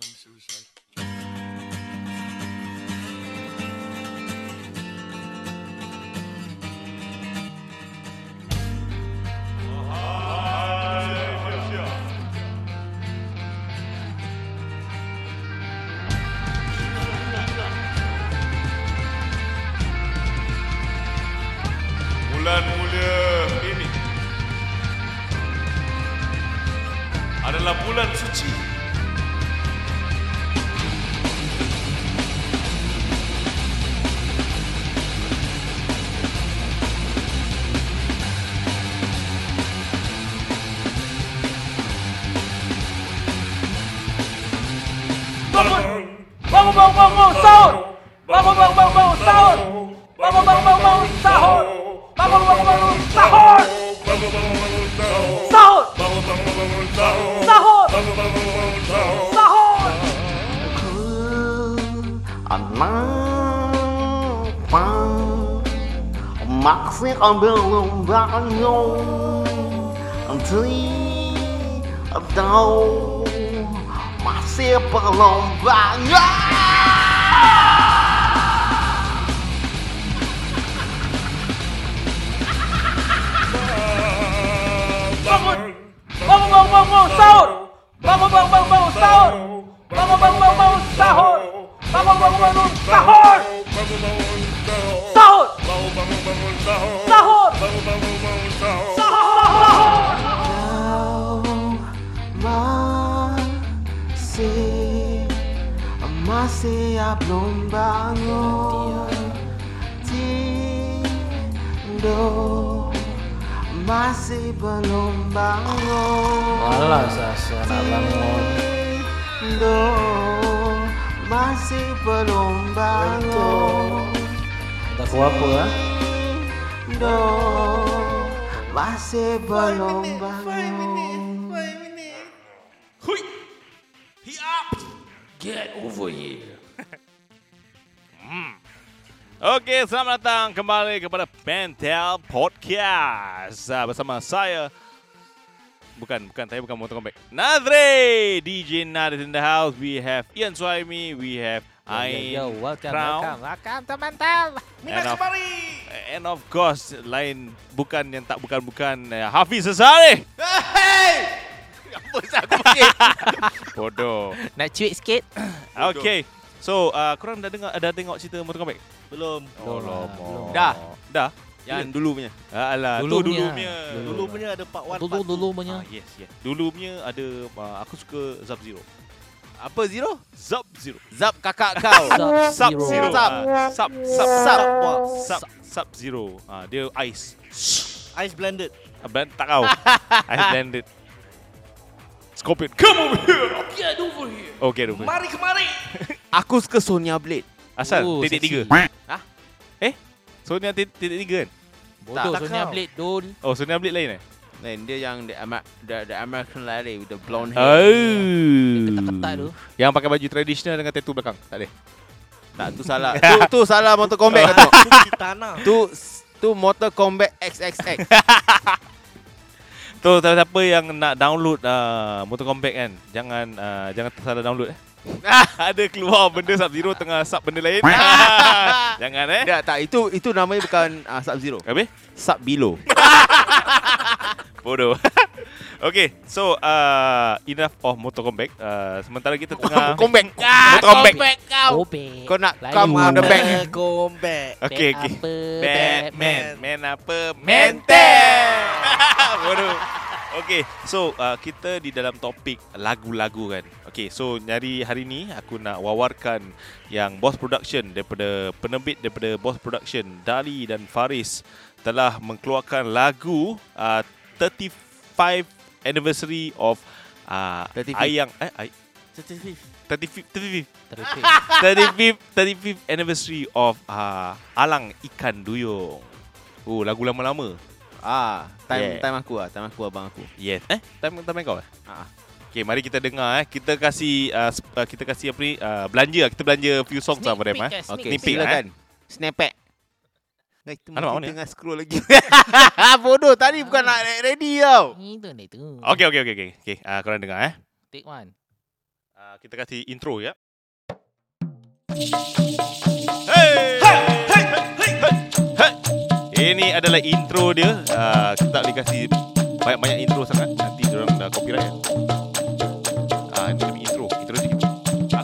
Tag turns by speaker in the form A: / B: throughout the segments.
A: suicide.
B: Bulan mulia ini adalah bulan suci.
C: Bangun! Bangun, bangun, bangun, sahur! Bangun, bangun, bangun, bangun, sahur! Bangun, bangun, bangun, bangun, sahur! Bangun, bangun, bangun, sahur! Sahur! Sahur! Sahur!
D: Anak pang Maksud ambil lombaknya Tri Tahu Masih perlombaan
C: Bangun! Bangun, bangun, bangun, bangun, sahur! Bangun, bangun, bangun, bangun, sahur! Bangun, bangun, bangun, bangun, sahur! Bangun, bangun, bangun, sahur! Sahur! Sahur! Sahur!
D: Masih Masih belum bangun Tidur Masih belum bangun
E: Alas asal bangun.
D: Tidur Masih belum bangun
E: Tak apa ya?
D: eh? Tidur Masih belum bangun
B: Hui. He up.
E: Get over here.
B: Okey, selamat datang kembali kepada Pentel Podcast Ah, bersama saya bukan bukan saya bukan motor comeback. Nazri, DJ Nazri in the house. We have Ian Suhaimi, we have Ain
E: Yo, yo, welcome, welcome,
B: Crown,
E: welcome teman-teman.
B: and of, and of course lain bukan yang tak bukan bukan eh, Hafiz Sesari. Bodoh.
E: Nak cuit sikit?
B: Okay. So, uh, korang dah dengar dah tengok cerita motor comeback? Belum. Oh,
E: Belum lah, belum.
B: lama. Dah. Dah. Ah,
A: Yang dulu punya.
B: Alah,
E: Dulu
B: dulu tu dulu
E: punya.
B: punya.
E: Dulu.
A: Dulu punya ada part 1,
E: Dulu
A: part 2.
E: dulu
B: Ah,
E: punya.
B: yes, yes. Dulu punya ada uh, aku suka Zap Zero.
A: Apa Zero?
B: Zap Zero.
A: Zap kakak kau.
B: Sub Zero.
A: Zap.
B: Ah, Sub Sub
A: Zap.
B: Sub
A: Wah.
B: Sub Sub Zero. Ah, dia ice.
A: Ice blended.
B: Ah, blend, tak kau. ice blended. Scorpion, come over here. Oh, Get over here. Okay, over. here.
A: Mari kemari. Aku suka Sonia Blade.
B: Asal
E: Oh,
B: titik tiga.
E: sexy.
A: Hah?
B: Eh? Sonia tit- titik tiga kan?
E: Bodoh
A: tak
E: Sonia
A: kau.
E: Blade dul.
B: Oh, Sonia Blade lain eh?
A: Lain dia yang the, Ama- the, the American lady with the
B: Ya,
A: blonde hair.
B: Oh.
E: Ketat-ketat tu.
B: Yang pakai baju tradisional dengan tattoo belakang. Tak ada.
A: Tak tu salah. tu tu salah Mortal Kombat kau tengok. Tu tu Mortal Kombat XXX.
B: Tu siapa-siapa yang nak download uh, Motor Combat kan, jangan uh, jangan salah download eh. ada keluar benda sub zero tengah sub benda lain. jangan eh.
A: tak tak itu itu namanya bukan uh, Sub Zero.
B: Habis?
A: Sub Below.
B: Bodoh. okay, so uh, enough of Motor Combat. Uh, sementara kita tengah Ah,
A: Kombat.
B: Motor Combat.
E: Obek.
A: Kau nak
E: Lain.
A: come on the back.
B: Okay,
E: Bat
B: okay.
E: apa,
B: Batman.
E: Batman.
B: Man apa? Mentel. Bodoh. Okay, so uh, kita di dalam topik lagu-lagu kan. Okay, so nyari hari ni aku nak wawarkan yang Boss Production daripada penerbit daripada Boss Production Dali dan Faris telah mengeluarkan lagu uh, 35 anniversary of uh,
A: 35.
B: Ayang eh ay, 35 35
E: Terpik.
B: 35th 35th anniversary of uh, Alang Ikan Duyung. Oh, lagu lama-lama.
A: Ah,
B: Yeah.
A: time time aku ah, time aku abang aku.
B: Yes. Eh, time time kau eh?
A: Ah.
B: Okay, mari kita dengar eh. Kita kasih uh, sp- uh, kita kasih apa ni? Uh, belanja. lah. Kita belanja few songs lah
E: Sneak
B: pada
E: peek
B: them eh.
E: eh, sneak
A: Okey,
B: Sneak peek,
A: silakan. Snapback. Nah, itu
B: Alamak, mana?
A: masih tengah scroll lagi. Bodoh, tadi bukan nak ready tau.
E: Itu ni tu.
B: Okay, okay, okay. okay. okay uh, korang dengar ah, eh.
E: Take one.
B: Ah, Ah, kita kasih intro ya. Hey! Hey! Hey! Hey! Ini adalah intro dia. Ah, kita tak boleh kasih banyak-banyak intro sangat. Nanti orang dah copyright ya. Ah, ini lebih intro. Intro sikit.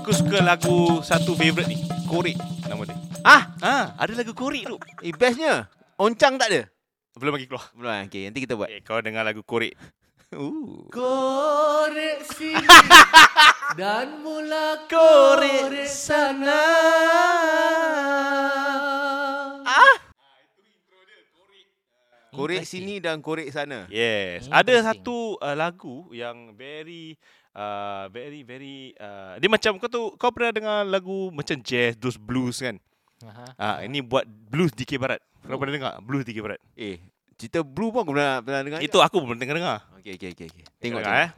B: Aku suka lagu satu favourite ni. Korek nama dia.
F: Ah,
B: Ah, ada lagu korek tu.
F: eh, bestnya. Oncang tak ada?
B: Belum lagi keluar.
F: Belum, eh? okay, nanti kita buat.
B: Eh, kau dengar lagu korek.
F: Ooh.
D: Korek sini dan mula korek sana.
F: Korek sini dan korek sana.
B: Yes.
A: Interesting.
B: Ada satu uh, lagu yang very uh, very very uh, dia macam kau tu kau pernah dengar lagu macam jazz those blues kan?
A: Aha. Oh.
B: Ah ini buat blues DK Barat. Kau pernah dengar blues DK Barat?
F: Eh, cerita Blue pun aku pernah, pernah dengar.
B: Itu aku belum dengar dengar.
F: Okey, okey, okey. okey. Tengok,
B: dengar, eh.
F: tengok.
B: Ya.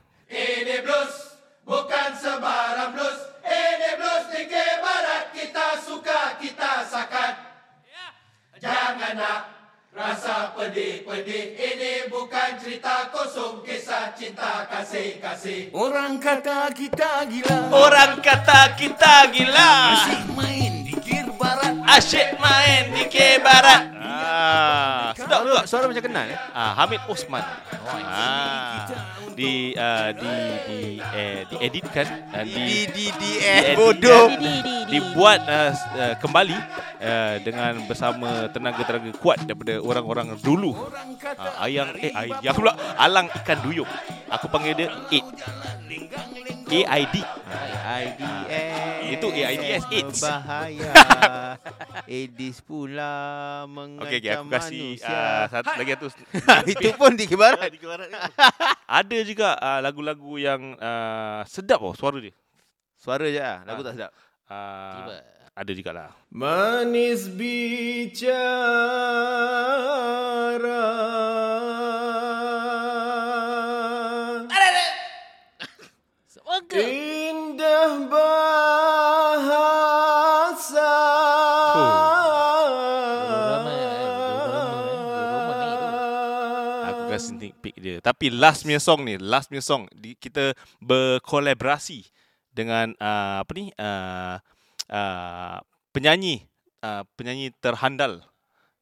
D: Orang kata kita gila.
B: Orang kata kita gila.
D: Asyik main di kir barat.
B: Asyik main DK Barat. Ah, sedap
F: Suara,
B: tak?
F: suara macam kenal eh?
B: Ah, Hamid Osman. Ah, di ah, di di eh, dieditkan dan di
F: DDDF
B: Edit.
F: bodoh.
A: Di, di, di, di.
B: dibuat uh, s- uh, kembali uh, dengan bersama tenaga-tenaga kuat daripada orang-orang dulu. Uh, ayang eh ayang pula alang ikan duyung. Aku panggil dia Aid. AID.
F: AIDS
B: Itu AIDS, AIDS.
F: Bahaya AIDS Eh, pula Mengancam
B: Okey okay, aku kasih
F: manusia
B: uh, satu lagi satu.
F: Itu pun di kibarat
B: Ada juga uh, lagu-lagu yang uh, sedap oh suara dia.
F: Suara je lah Lagu tak sedap
B: Uh, ada juga lah.
D: Manis bicara.
A: Semoga.
D: Indah bahasa.
A: Dorama, dorama, eh. Dorama ni tu.
B: Aku kasi sneak peek dia. Tapi last punya song ni, last punya song di, kita berkolaborasi dengan uh, apa ni? Uh, uh, penyanyi uh, penyanyi terhandal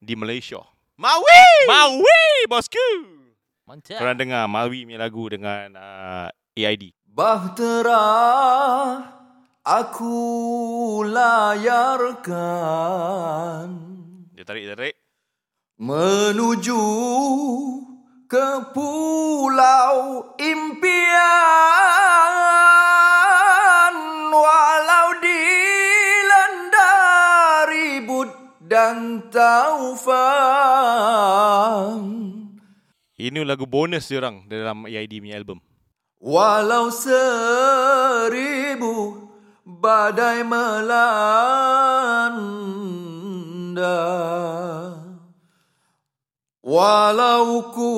B: di Malaysia.
F: Mawi
B: Mawi bosku.
A: Mantap.
B: Korang dengar Mawi punya lagu dengan uh, AID.
D: Bahtera aku layarkan
B: Dia tarik tarik.
D: menuju ke pulau impian walau dilanda ribut dan taufan.
B: Ini lagu bonus dia orang dalam AID punya album.
D: Walau seribu badai melanda Walau ku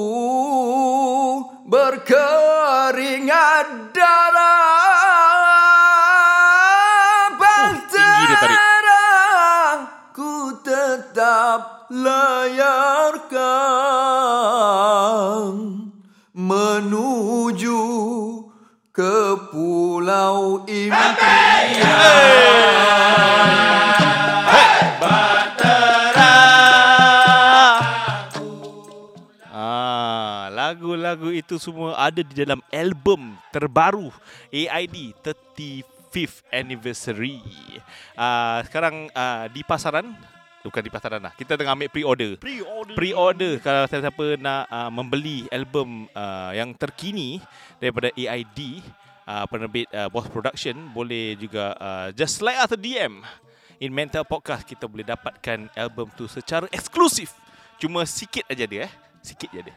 D: berkeringat darah
B: Oh, tinggi dia tarik.
D: Bahtera ku tetap layarkan Menuju ke pulau impian
B: Ah, lagu-lagu itu semua ada di dalam album terbaru AID 35th anniversary. Ah, sekarang ah, di pasaran bukan di pasaran lah. Kita tengah ambil pre-order. Pre-order. Pre-order kalau siapa-siapa nak ah, membeli album ah, yang terkini daripada AID ah, penerbit ah, Boss Production boleh juga ah, just slide us a DM. In Mental Podcast kita boleh dapatkan album tu secara eksklusif. Cuma sikit aja dia eh. Sikit je dia.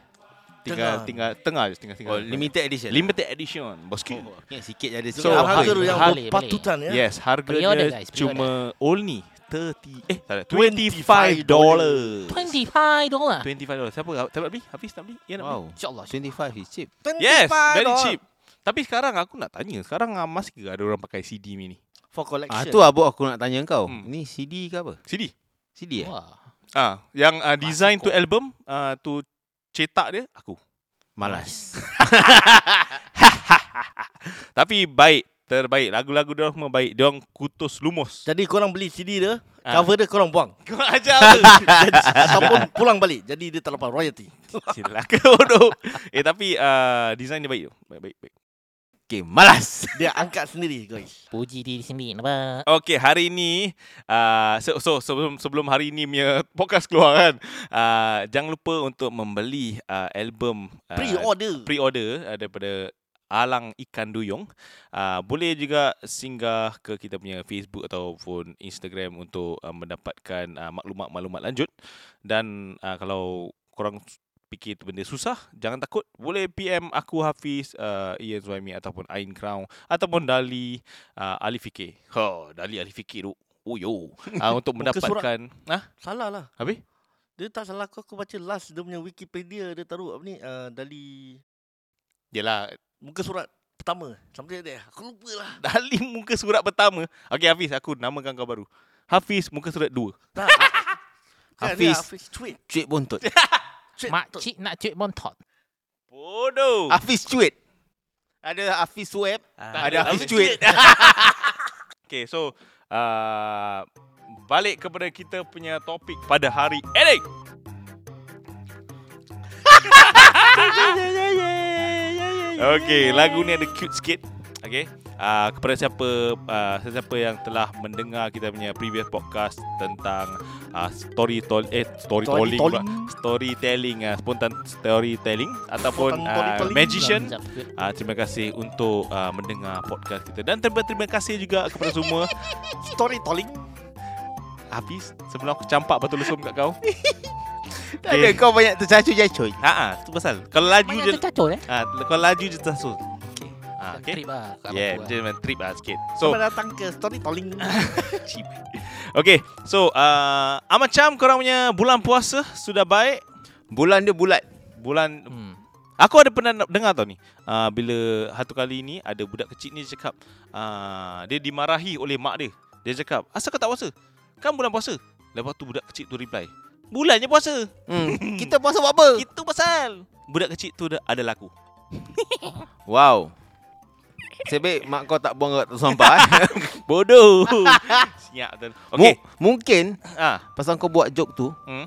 B: Tinggal
F: Tengah.
B: tinggal tengah je tinggal tinggal.
F: Oh limited edition
B: limited lah. edition bosku.
F: Oh, okay, Sikit je ada
B: So, harga
A: yang
B: Boleh,
A: berpatutan
B: ya. Yes, harga
A: Pre-order,
B: dia
A: guys, pre-order.
B: cuma only 30 eh tak ada, 25 dollars. Ah.
A: 25 dolar.
B: 25 dollars. Siapa tak nak beli? Hafiz nak beli? Ya nak beli.
F: Wow
A: InsyaAllah.
F: 25 is cheap
B: Yes, very cheap. Tapi sekarang aku nak tanya, sekarang ah, masih ke ada orang pakai CD ni?
D: For collection
F: Ah tu abu aku nak tanya kau.
B: Hmm.
F: Ni CD ke apa?
B: CD.
F: CD eh?
A: Wah.
B: Ah, yang ah, design to album, ah, tu cetak dia aku.
F: Malas.
B: Tapi baik Terbaik. Lagu-lagu dia orang semua baik. Dia orang kutus lumus.
E: Jadi korang beli CD dia,
B: Ah.
E: cover dia korang buang.
B: Kau ajar apa?
E: Ataupun pulang balik. Jadi dia tak dapat royalty.
B: Celaka bodoh. Eh tapi uh, design dia baik tu. Baik baik baik.
A: Okay, malas.
E: Dia angkat sendiri guys.
G: Puji diri sendiri nampak.
B: Okay, hari ni uh, so, so sebelum sebelum hari ni punya podcast keluar kan. Uh, jangan lupa untuk membeli uh, album uh,
E: Pre-order.
B: pre-order uh, daripada Alang Ikan Duyung. Uh, boleh juga singgah ke kita punya Facebook ataupun Instagram untuk uh, mendapatkan uh, maklumat-maklumat lanjut. Dan uh, kalau korang s- fikir tu benda susah, jangan takut. Boleh PM aku Hafiz, uh, Ian Zuhaimi ataupun Ain Crown ataupun Dali
E: Ah,
B: uh, Ali Fikir. Ha, Dali Ali Fikir tu. Oh yo. Uh, untuk
E: Muka surat.
B: mendapatkan... Ah,
E: Salah lah.
B: habis?
E: Dia tak salah aku, aku baca last dia punya Wikipedia dia taruh apa ni uh, dari
B: Yelah,
E: muka surat pertama. Sampai dia aku lupa lah.
B: Dali muka surat pertama. Okey Hafiz, aku namakan kau baru. Hafiz muka surat dua.
E: Tak. kan,
A: Hafiz.
E: dia Hafiz cuit.
A: Cuit buntut.
E: Cuit. tu.
G: Makcik nak cuit bontot.
B: Bodoh.
A: Hafiz Cuit. Ada Hafiz Web.
E: Ah,
A: Ada Hafiz Cuit.
B: Okay, so uh, balik kepada kita punya topik pada hari ini. okay, lagu ni ada cute sikit. Okay. Uh, kepada siapa uh, sesiapa yang telah mendengar kita punya previous podcast tentang uh, story tol eh story
E: Story
B: tolling pula. storytelling uh, spontan storytelling ataupun
E: Spontan
B: uh,
E: storytelling.
B: magician
G: Sekejap, sekejap.
B: Uh, terima kasih untuk uh, mendengar podcast kita dan terima terima kasih juga kepada semua
E: Storytelling.
B: habis sebelum aku campak batu lesum kat kau.
A: Ada
B: Okay.
A: kau banyak tercacu-cacu.
B: Ha ah, tu pasal. Kalau laju
G: Banyak
B: je
G: tu cacau eh.
B: ah kalau laju je tersul. Ah, okay.
G: Trip lah. kat
B: Yeah,
G: aku lah.
B: dia memang trip lah sikit. So,
A: Oh.
E: Selamat datang ke Storytelling.
B: cheap. Okay, so uh, ah, macam korang punya bulan puasa sudah baik.
A: Bulan dia bulat.
B: Bulan
G: Hmm.
B: Aku ada pernah nak dengar tau ni uh, Bila satu kali ni Ada budak kecil ni dia cakap uh, Dia dimarahi oleh mak dia Dia cakap Asal kau tak puasa? Kan bulan puasa Lepas tu budak kecil tu reply Bulannya puasa
A: Hmm. Kita puasa buat apa?
B: Itu pasal Budak kecil tu dah ada laku
A: Wow. Sebab mak kau tak buang kat tong sampah. eh.
B: Bodoh Senyap tu Okay
A: Mu- mungkin
B: ah,
A: pasal kau buat joke tu,
B: Hmm.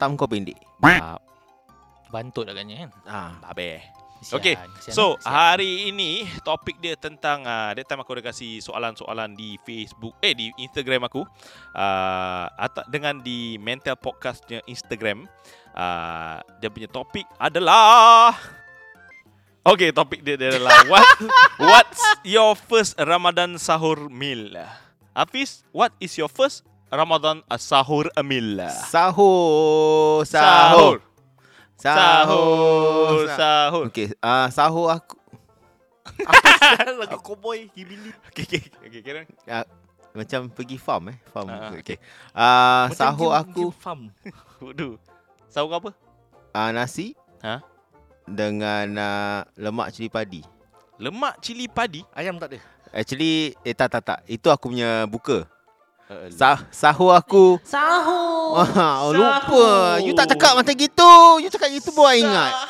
A: tam kau pendek.
G: Bantut agaknya kan.
A: Ah.
B: Babeh
G: Kesian,
B: Okay,
A: eh,
G: kesian,
B: So ha-
G: kesian.
B: hari ini topik dia tentang uh, that time aku ada kasi soalan-soalan di Facebook eh di Instagram aku uh, atau dengan di Mental Podcastnya Instagram uh, dia punya topik adalah Okay, topik dia, dia adalah what what's your first Ramadan sahur meal? Hafiz, what is your first Ramadan uh, sahur meal?
A: Sahur, sahur. Sahur.
B: Sahur. Sahur.
A: Okey, ah sahur aku
E: Lagu cowboy Hibili.
B: Okay, okay, okay, kira.
A: ah, macam pergi farm eh, farm.
B: Ah, ah,
A: Okey. Ah
E: Macam
A: sahur
E: Jim-
A: aku
E: Jim Farm.
B: Bodoh. Sahur kau apa?
A: ah nasi.
B: Ha?
A: Dengan ah, lemak cili padi.
B: Lemak cili padi.
E: Ayam tak ada.
A: Actually, eh tak tak tak. Itu aku punya buka. Sah sahur aku.
G: Sahur.
A: Wah,
B: Sahur.
A: lupa. You tak cakap macam gitu. You cakap gitu buat ingat.
E: Ah.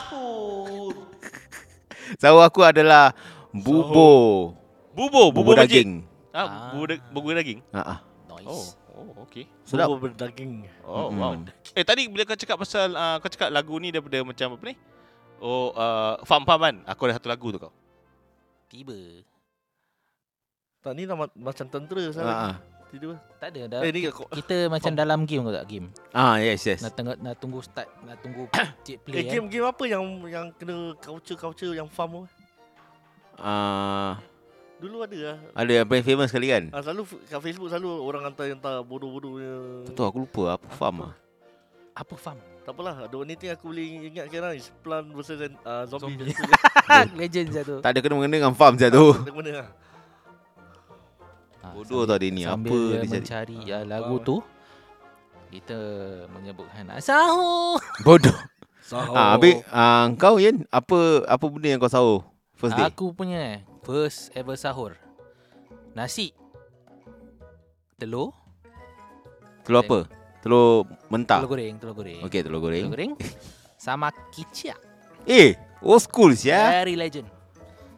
A: Sahur aku adalah bubur.
B: Bubur,
A: Bubur,
B: bubur, masjid.
A: daging.
B: Ah, bubur, da- bubur daging.
A: Ha ah.
G: Noise.
B: Oh, oh okey.
A: Sedap.
E: Bubur berdaging.
B: Oh,
A: Mm-mm.
B: wow. Eh tadi bila kau cakap pasal uh, kau cakap lagu ni daripada macam apa ni? Oh, uh, faham faham kan? Aku ada satu lagu tu kau.
G: Tiba.
E: Tak ni nama macam tentera
A: Ha
E: saya.
A: ah.
E: Tiba.
G: Tak ada dah.
E: Eh ni kau.
G: Kita macam dalam game ke tak game?
A: Ah, yes yes.
G: Nak tengok nak tunggu start, nak tunggu
E: Eh
G: cik play.
E: game game apa yang yang kena culture-culture yang farm tu?
A: Ah,
E: Dulu ada lah.
A: ada yang paling famous sekali kan?
E: Ah, selalu f- kat Facebook selalu orang hantar yang tak bodoh-bodoh punya.
A: Tak tahu aku lupa apa farm ah.
G: Apa farm?
E: Tak apalah. The only thing aku boleh ingat sekarang is Plant versus uh, Zombie.
G: Zombie.
E: Zombie.
G: Legend satu.
A: Tak ada kena mengena dengan farm satu.
E: Dari mana lah.
A: Bodoh tau dia ni.
G: Ah, Sambil
A: Apa
G: dia,
A: dia jadi?
G: mencari
E: Ah,
G: ah, lagu
E: faham.
G: tu kita menyebutkan sahur.
A: Bodoh.
E: Sahur.
A: Ah, habis ah, kau Yan, apa apa benda yang kau sahur first day?
G: Aku punya eh, first ever sahur. Nasi. Telur,
A: Telur apa? Telur mentah.
G: telur goreng, telur goreng.
A: Okey, telur goreng.
G: Telur goreng. Sama kicap.
A: Eh, old school sia.
G: Very legend.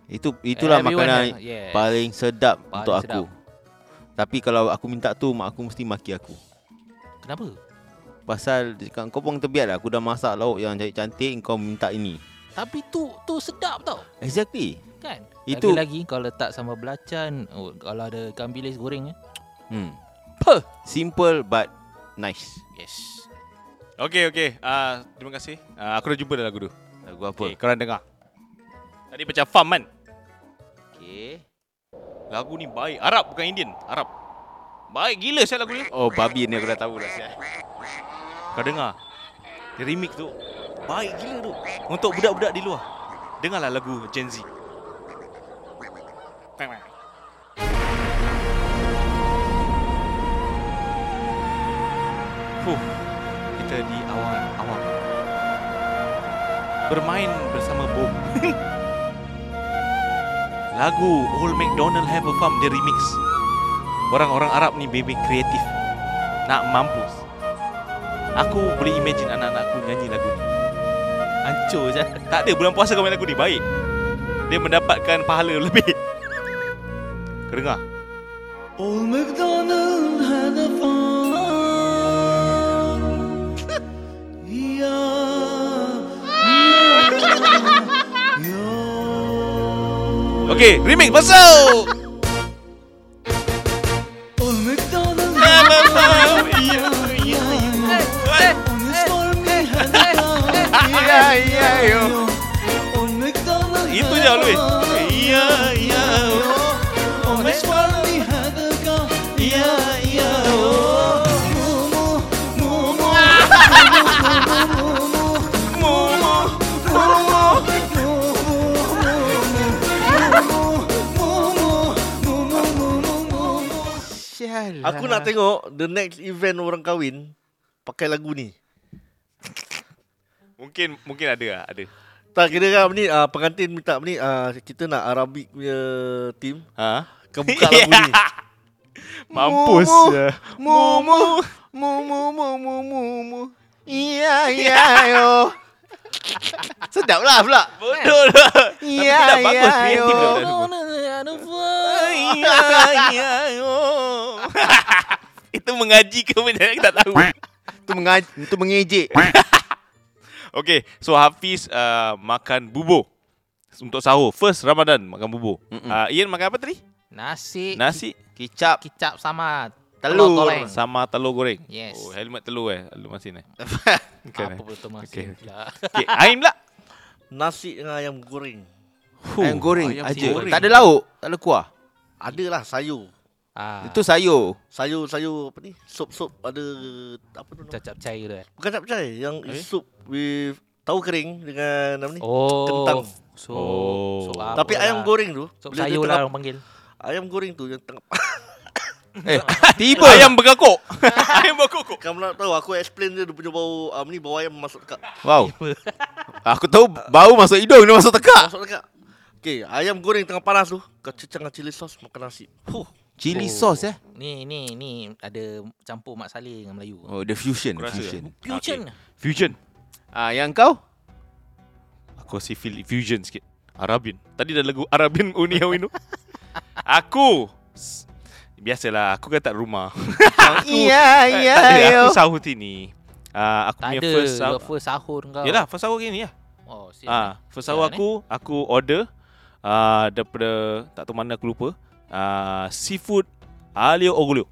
F: Itu itulah
G: Everyone lah.
F: makanan
G: Yes.
F: paling sedap
G: Paling
F: untuk aku. Tapi kalau aku minta tu mak aku mesti maki aku.
G: Kenapa?
F: Pasal dia cakap kau pun terbiat lah Aku dah masak lauk yang cantik-cantik Kau minta ini
G: Tapi tu tu sedap tau.
F: Exactly
G: Kan?
F: Itu-
G: lagi kalau letak sambal belacan, oh, kalau ada ikan bilis goreng eh.
F: hmm.
G: Puh.
F: Simple but nice
G: Yes.
B: Okay, okay. Uh, terima kasih. Uh, aku dah jumpa dah lagu tu.
F: Lagu
B: Okay,
F: apa?
B: korang dengar. Tadi macam farm kan?
F: Okay.
B: Lagu ni baik. Arab bukan Indian. Arab. Baik gila saya lagu ni.
F: Oh babi ni aku dah tahu dah sial.
B: Kau dengar. Dia remix tu. Baik gila tu. Untuk budak-budak di luar. Dengarlah lagu Gen Z. Huh. Kita di awangan awang. Bermain bersama Bob. lagu Old MacDonald Have a Farm dia remix. Orang-orang Arab ni baby kreatif. Nak mampus. Aku boleh imagine anak-anak aku nyanyi lagu ni Hancur je Tak ada bulan puasa kau main lagu ni Baik Dia mendapatkan pahala lebih Kau dengar
D: Old MacDonald had a farm. Yeah, yeah, yeah.
B: Okay remix masuk
D: Old MacDonald On his farm he had a farm. Old MacDonald had
B: Itu
D: a
B: je Alwi
D: farm.
B: Ya ya
D: On his farm he had a cow.
B: Ya ya
A: Aku nak tengok the next event orang kahwin pakai lagu ni.
B: Mungkin mungkin ada lah ada
A: Tak kira kan ni uh, pengantin minta ni uh, kita nak Arabic punya team.
B: Ha?
A: Kau buka lagu ni.
B: Mampus ya.
F: Mumu mumu mumu mumu. Iya iya yo. Sedap lah pula.
B: Bodoh lah
F: Iya
B: sedap, bagus,
F: iya yo.
B: kreatif dia. Ya ya oh. Itu mengaji ke menyanyi tak tahu
F: Itu mengaji, itu mengejek.
B: Okay, so Hafiz uh, makan bubur untuk sahur. First Ramadan makan bubur.
F: Mm-mm.
B: Uh, Ian makan apa tadi?
G: Nasi,
B: Nasi
F: Kicap
G: kicap sama
F: telur.
G: goreng.
B: sama telur goreng.
G: Yes.
B: Oh, helmet telur eh, telur masin eh. Bukan
G: Apa
B: eh.
G: pula tu
B: Okey.
G: masih pula.
B: Okay, Aim lah.
A: Nasi dengan ayam goreng.
F: Ayam goreng
B: ayam
F: aja.
B: goreng.
F: Tak ada lauk, tak ada kuah.
A: Adalah sayur.
G: Ah,
F: Itu sayur.
A: Sayur-sayur apa ni? Sup-sup ada apa tu? nama?
G: cacap cair tu. eh.
A: Bukan capcay, yang sup with tahu kering dengan apa ni?
G: Oh.
A: Kentang.
G: So,
B: Oh.
G: so apa
A: Tapi ayam
G: lah.
A: goreng tu
G: So,
A: bila dia
G: sayur
A: tengah-
G: lah orang panggil.
A: Ayam goreng tu yang tengah
F: Eh,
B: Tiba. Ayam berkakok. ayam berkakok.
A: Kamu nak tahu aku explain dia, dia punya bau um, ni bau ayam masuk dekat
F: wow. Aku tahu bau masuk hidung, dia masuk tekak.
A: masuk dekat. Okey, ayam goreng tengah panas tu kau cecah dengan cili sos makan nasi. Huh.
F: Chili
G: Oh.
F: sauce eh.
G: Ni ni ni ada campur mak saleh dengan Melayu.
F: Oh, the fusion,
B: Aku rasa. ya.
F: fusion.
G: Fusion.
B: Fusion.
F: Ah, yang kau?
B: Aku rasa feel fusion sikit. Arabin. Tadi dah lagu Arabin Uni Awinu. aku. s- Biasalah, aku kan tak rumah.
F: Iya,
B: Yeah, tak ada, aku sahur ni. Uh, aku
G: Tak
B: punya
G: ada
B: first
G: first,
B: sahur.
G: first sahur kau.
B: Yelah, first sahur gini lah.
G: Oh, siap. Ah.
B: Ah, first hour
G: Siap,
B: aku aku order ah daripada tak tahu mana aku lupa. Ah seafood alio ogulio.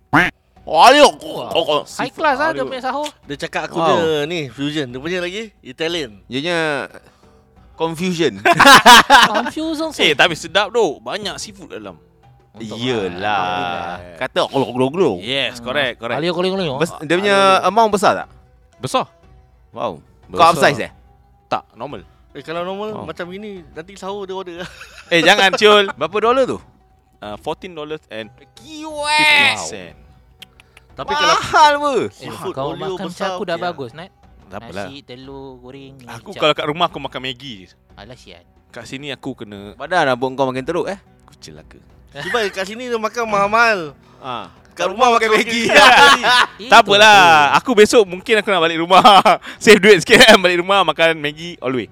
B: Alio. Oh,
G: High class ah dia punya sahur.
A: Dia cakap aku wow.
F: Wow.
A: dia ni fusion. Dia punya lagi Italian.
F: Ianya confusion.
G: Confusion
B: Eh, tapi sedap tu. Banyak seafood dalam.
F: Ah, lah. Iyalah. Kata glog-glog.
B: Yes, correct, correct.
G: Alio koling koling.
F: Bes- dia punya amount besar tak?
B: Besar.
F: Wow.
B: Besar.
F: Kau upsize eh?
B: Tak, normal.
A: Eh kalau normal
F: Wow.
A: wow. macam gini nanti sahur dia order.
B: Eh, jangan cul.
F: Berapa dolar tu?
B: Uh, $14 and
F: US.
B: cent.
A: Tapi kalau
F: Mahal apa?
G: Eh,
A: Seafood,
G: kau
A: oleo
G: makan macam
A: besar,
G: aku dah
A: okey lah.
G: bagus, Nat.
B: Tak apalah.
G: Nasi, telur, goreng,
B: Aku
G: kicap.
B: kalau kat rumah aku makan Maggi. je.
G: Alah sian.
B: Kat sini aku kena
F: Padahal rambut kau makin teruk eh.
B: aku celaka.
A: tiba kat sini dia makan mahal.
F: Ha.
A: Kat rumah makan Maggi.
B: Ya, Tak apalah. Aku besok mungkin aku nak balik rumah. Save duit sikit kan. Balik rumah makan Maggi all the way.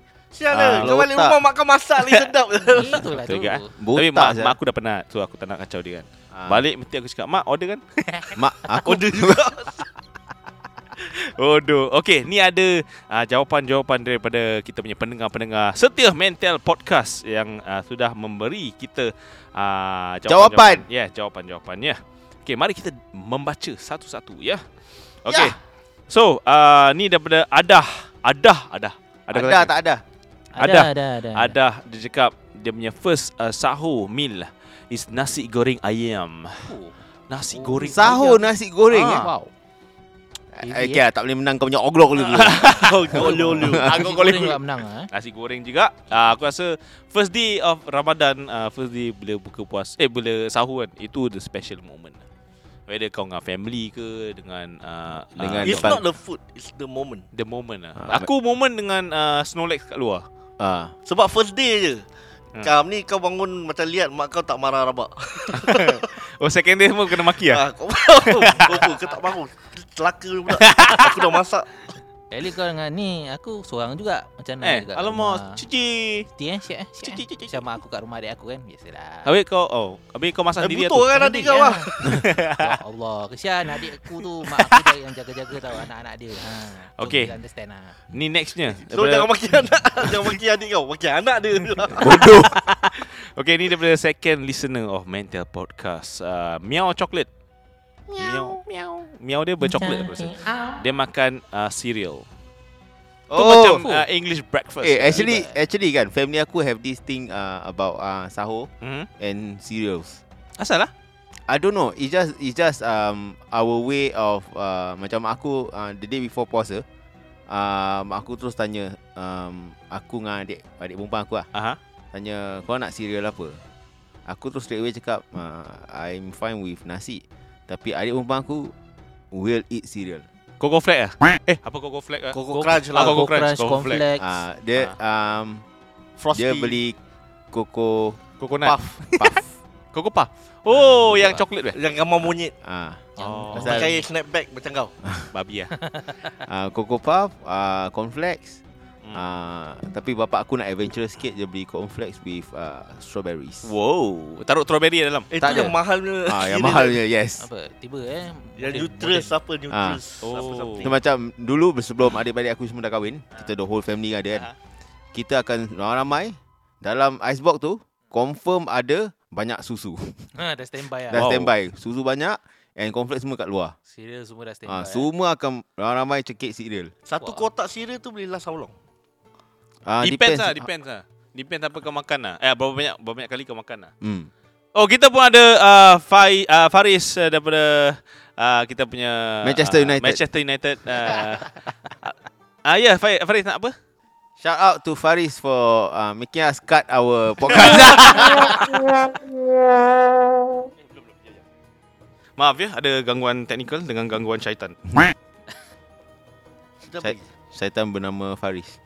B: Ah,
A: Siapa? Kau balik
F: letak.
A: rumah mak kau masak lagi sedap.
G: Itulah tu.
B: Betul juga, eh?
F: Botak
B: Tapi mak,
F: je.
B: mak aku dah penat So aku tak nak kacau dia kan
F: Ah.
B: Balik mesti aku cakap Mak order kan
F: Mak aku
B: Odoh Okay ni ada uh, Jawapan-jawapan daripada Kita punya pendengar-pendengar Setia Mental Podcast Yang uh, sudah memberi kita uh,
F: Jawapan.
B: Ya yeah, jawapan-jawapannya Okay mari kita membaca satu-satu ya Okay
F: Ya.
B: So uh, ni daripada Adah Adah Adah
F: ada,
B: kata-
F: tak ada?
B: Ada.
G: Ada, ada, ada. ada.
B: Ada dia cakap dia punya first uh, sahur meal is nasi goreng ayam.
G: Oh.
B: Nasi
G: Oh,
B: goreng
F: Sahur nasi goreng
A: ya?
B: Ah.
F: ah.
G: Wow.
F: eh. Okay, tak boleh menang kau punya oglok dulu.
B: Gololu.
F: lah.
G: Aku
B: Aku golek
G: boleh pula menang ah.
B: Nasi goreng juga. Uh, aku rasa first day of Ramadan, uh, first day bila buka puas, eh bila sahur kan, itu the special moment. Whether kau dengan family ke dengan uh,
F: Dengan
B: uh,
A: It's Ah, not the food, it's the moment.
B: the moment lah.
F: Ah,
B: aku moment dengan uh, Snowlex kat luar.
F: ah.
A: Sebab first day je.
B: Hmm.
A: Hmm. Kam ni kau bangun macam lihat mak kau tak marah rabak.
B: Oh second day semua kena maki lah.
A: Ah,
F: Ya.
A: kau bangun. Kau pun kau tak bangun. Celaka ni pula. Aku dah masak.
G: Kali kau dengan ni aku seorang juga macam
B: eh,
G: mana
A: hmm,
G: juga.
B: alamak, cici.
G: Cik eh, cik eh, cik
B: Cik, cik, cik,
G: eh. Sama aku kat rumah adik aku kan, biasalah.
B: Habis kau, oh, habis kau masak
A: Eh,
B: sendiri lah
A: butuh
B: tu.
A: kan adik kau lah.
G: Ya Allah, kesian adik aku tu, mak aku dah yang jaga-jaga tau anak-anak dia. Ha. tu
B: Okey.
G: kita understand lah.
B: Ni nextnya.
A: So
B: Daripada-
A: jangan maki anak. jangan maki adik kau. Maki anak dia.
B: Bodoh. okay, ni daripada second listener of Mental Podcast. Uh, Miao Chocolate. Miao. Miao. Miao dia bercoklat aku rasa. Dia makan uh, cereal. Oh. Tu macam uh, English breakfast.
F: Eh, actually actually kan family aku have this thing uh, about uh, sahur
B: Hmm?
F: and cereals.
B: Asal lah.
F: I don't know. It's just it's just um our way of uh, macam aku uh, the day before puasa. Um, aku terus tanya um, aku dengan adik adik perempuan aku lah.
B: Aha.
F: Tanya kau nak cereal apa? Aku terus straight away cakap uh, I'm fine with nasi. Tapi adik perempuan aku will eat cereal.
B: Coco Flag ah. Eh, apa Coco Flag ah?
A: Koko crunch
B: Ah,
A: lah.
B: Coco
G: Coco
B: Crunch,
G: Crunch,
B: Coco
G: Cornflakes.
F: Uh, dia um,
A: Frosty.
F: dia beli koko
B: Coconut.
F: puff puff.
B: Coco Puff. Oh, yang
F: Puff.
B: coklat eh.
A: Yang gambar monyet.
F: Ah,
B: Oh,
F: Pasal-
A: Pakai snapback macam kau.
B: babi ah.
F: uh, Coco Puff, uh, Cornflakes.
B: Hmm.
F: Uh, tapi bapa aku nak adventurous sikit dia beli cornflakes with uh, strawberries.
B: Wow, taruh strawberry dalam.
A: Eh,
F: Tak
A: tu
F: ada.
A: yang mahal punya.
F: Ah, yang
A: cereal.
F: mahalnya, yes.
G: Apa? Tiba eh.
A: Yang
G: model-
A: nutrus
G: model.
A: apa nutrus. Apa
B: Oh.
A: something.
F: Itu macam dulu sebelum adik-adik aku semua dah kahwin, kita the whole family ada kan.
B: Ah.
F: Kita akan ramai-ramai dalam icebox tu confirm ada banyak susu.
G: Ha, dah standby lah.
F: Dah
B: Wow.
F: standby, susu banyak and cornflakes semua kat luar.
G: Serial semua dah standby.
B: eh.
F: Ah,
G: Ah,
F: semua akan ramai-ramai cekik cereal.
A: Satu
G: Wah.
A: kotak sirih tu boleh last how long?
F: Ah,
B: Depends lah, depends lah. Depends apa kau makan lah. Eh, berapa banyak berapa banyak kali kau makan lah.
F: Hmm.
B: Oh kita pun ada uh, Fai, uh, Faris uh, daripada uh, kita punya
F: Manchester
B: uh,
F: United.
B: Manchester United. Uh, ah ya yeah, Fai, Faris nak apa?
F: Shout out to Faris for uh, making us cut our podcast.
B: Maaf ya ada gangguan teknikal dengan gangguan syaitan.
A: Sedap
F: Saya-
A: lagi.
F: Syaitan bernama Faris.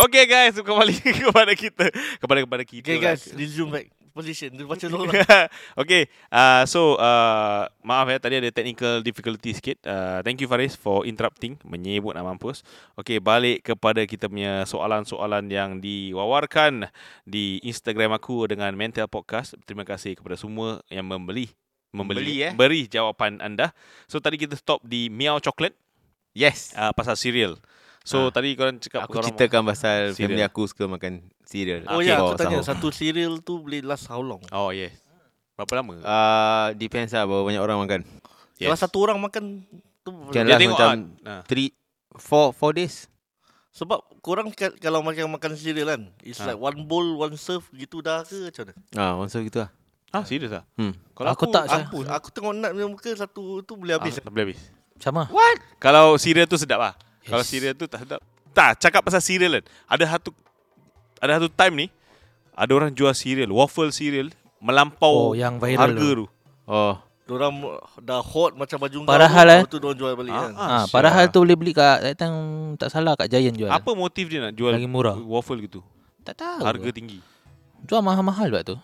B: Okay guys kembali kepada kita kepada kepada kita.
A: Okay
B: lah.
A: guys, resume back position. Dia baca dulu lah.
B: okay, uh, so uh, maaf ya tadi ada technical difficulty sikit. Uh, thank you Faris for interrupting, menyebut nak mampus. Okay, balik kepada kita punya soalan-soalan yang diwawarkan di Instagram aku dengan Mental Podcast. Terima kasih kepada semua yang membeli
F: Membeli,
B: membeli,
F: eh.
B: beri jawapan anda. So tadi kita stop di Miao Chocolate
F: Yes.
B: uh, pasal cereal. So
F: Ah.
B: tadi korang cakap
F: Aku
B: korang
F: ceritakan
B: Cereal.
F: pasal family aku suka makan cereal.
A: Oh ya, aku
F: For
A: tanya
F: sahur.
A: satu sirih tu boleh last how long?
B: Oh yes. Berapa lama?
F: Ah, depends lah berapa banyak orang makan.
B: Yes.
A: Kalau satu orang makan tu
F: Can
B: Dia
G: lah
F: last
B: tengok
F: macam
B: ah. Ah.
F: three, four, four days.
A: sebab korang ka- kalau makan makan cereal kan It's
B: Ha.
A: like one bowl one serve gitu dah ke macam mana?
F: Ah, once gitu lah.
B: Ah, serius ah?
F: Hmm.
B: Kalau
G: Aku tak, Saya-
A: Aku, aku tengok Nat punya muka satu tu boleh habis.
B: habis. Ah, boleh habis.
G: Sama.
B: Kalau cereal tu sedap lah. Yes.
G: Yes.
B: Kalau cereal tu tak sedap. Tak, cakap pasal cereal kan. Ada satu ada satu time ni ada orang jual cereal, waffle cereal melampau
G: Oh, yang viral
B: harga tu.
F: Oh,
A: Orang dah hot macam baju kau.
G: Padahal, eh.
A: Tu diorang jual balik kan.
G: Ah, padahal tu boleh beli kat that time tak salah kat Giant jual.
B: Apa motif dia nak jual
G: Lagi murah.
B: waffle gitu?
G: Tak tahu. lah.
B: Harga Eh, tinggi.
G: Jual mahal-mahal pula tu.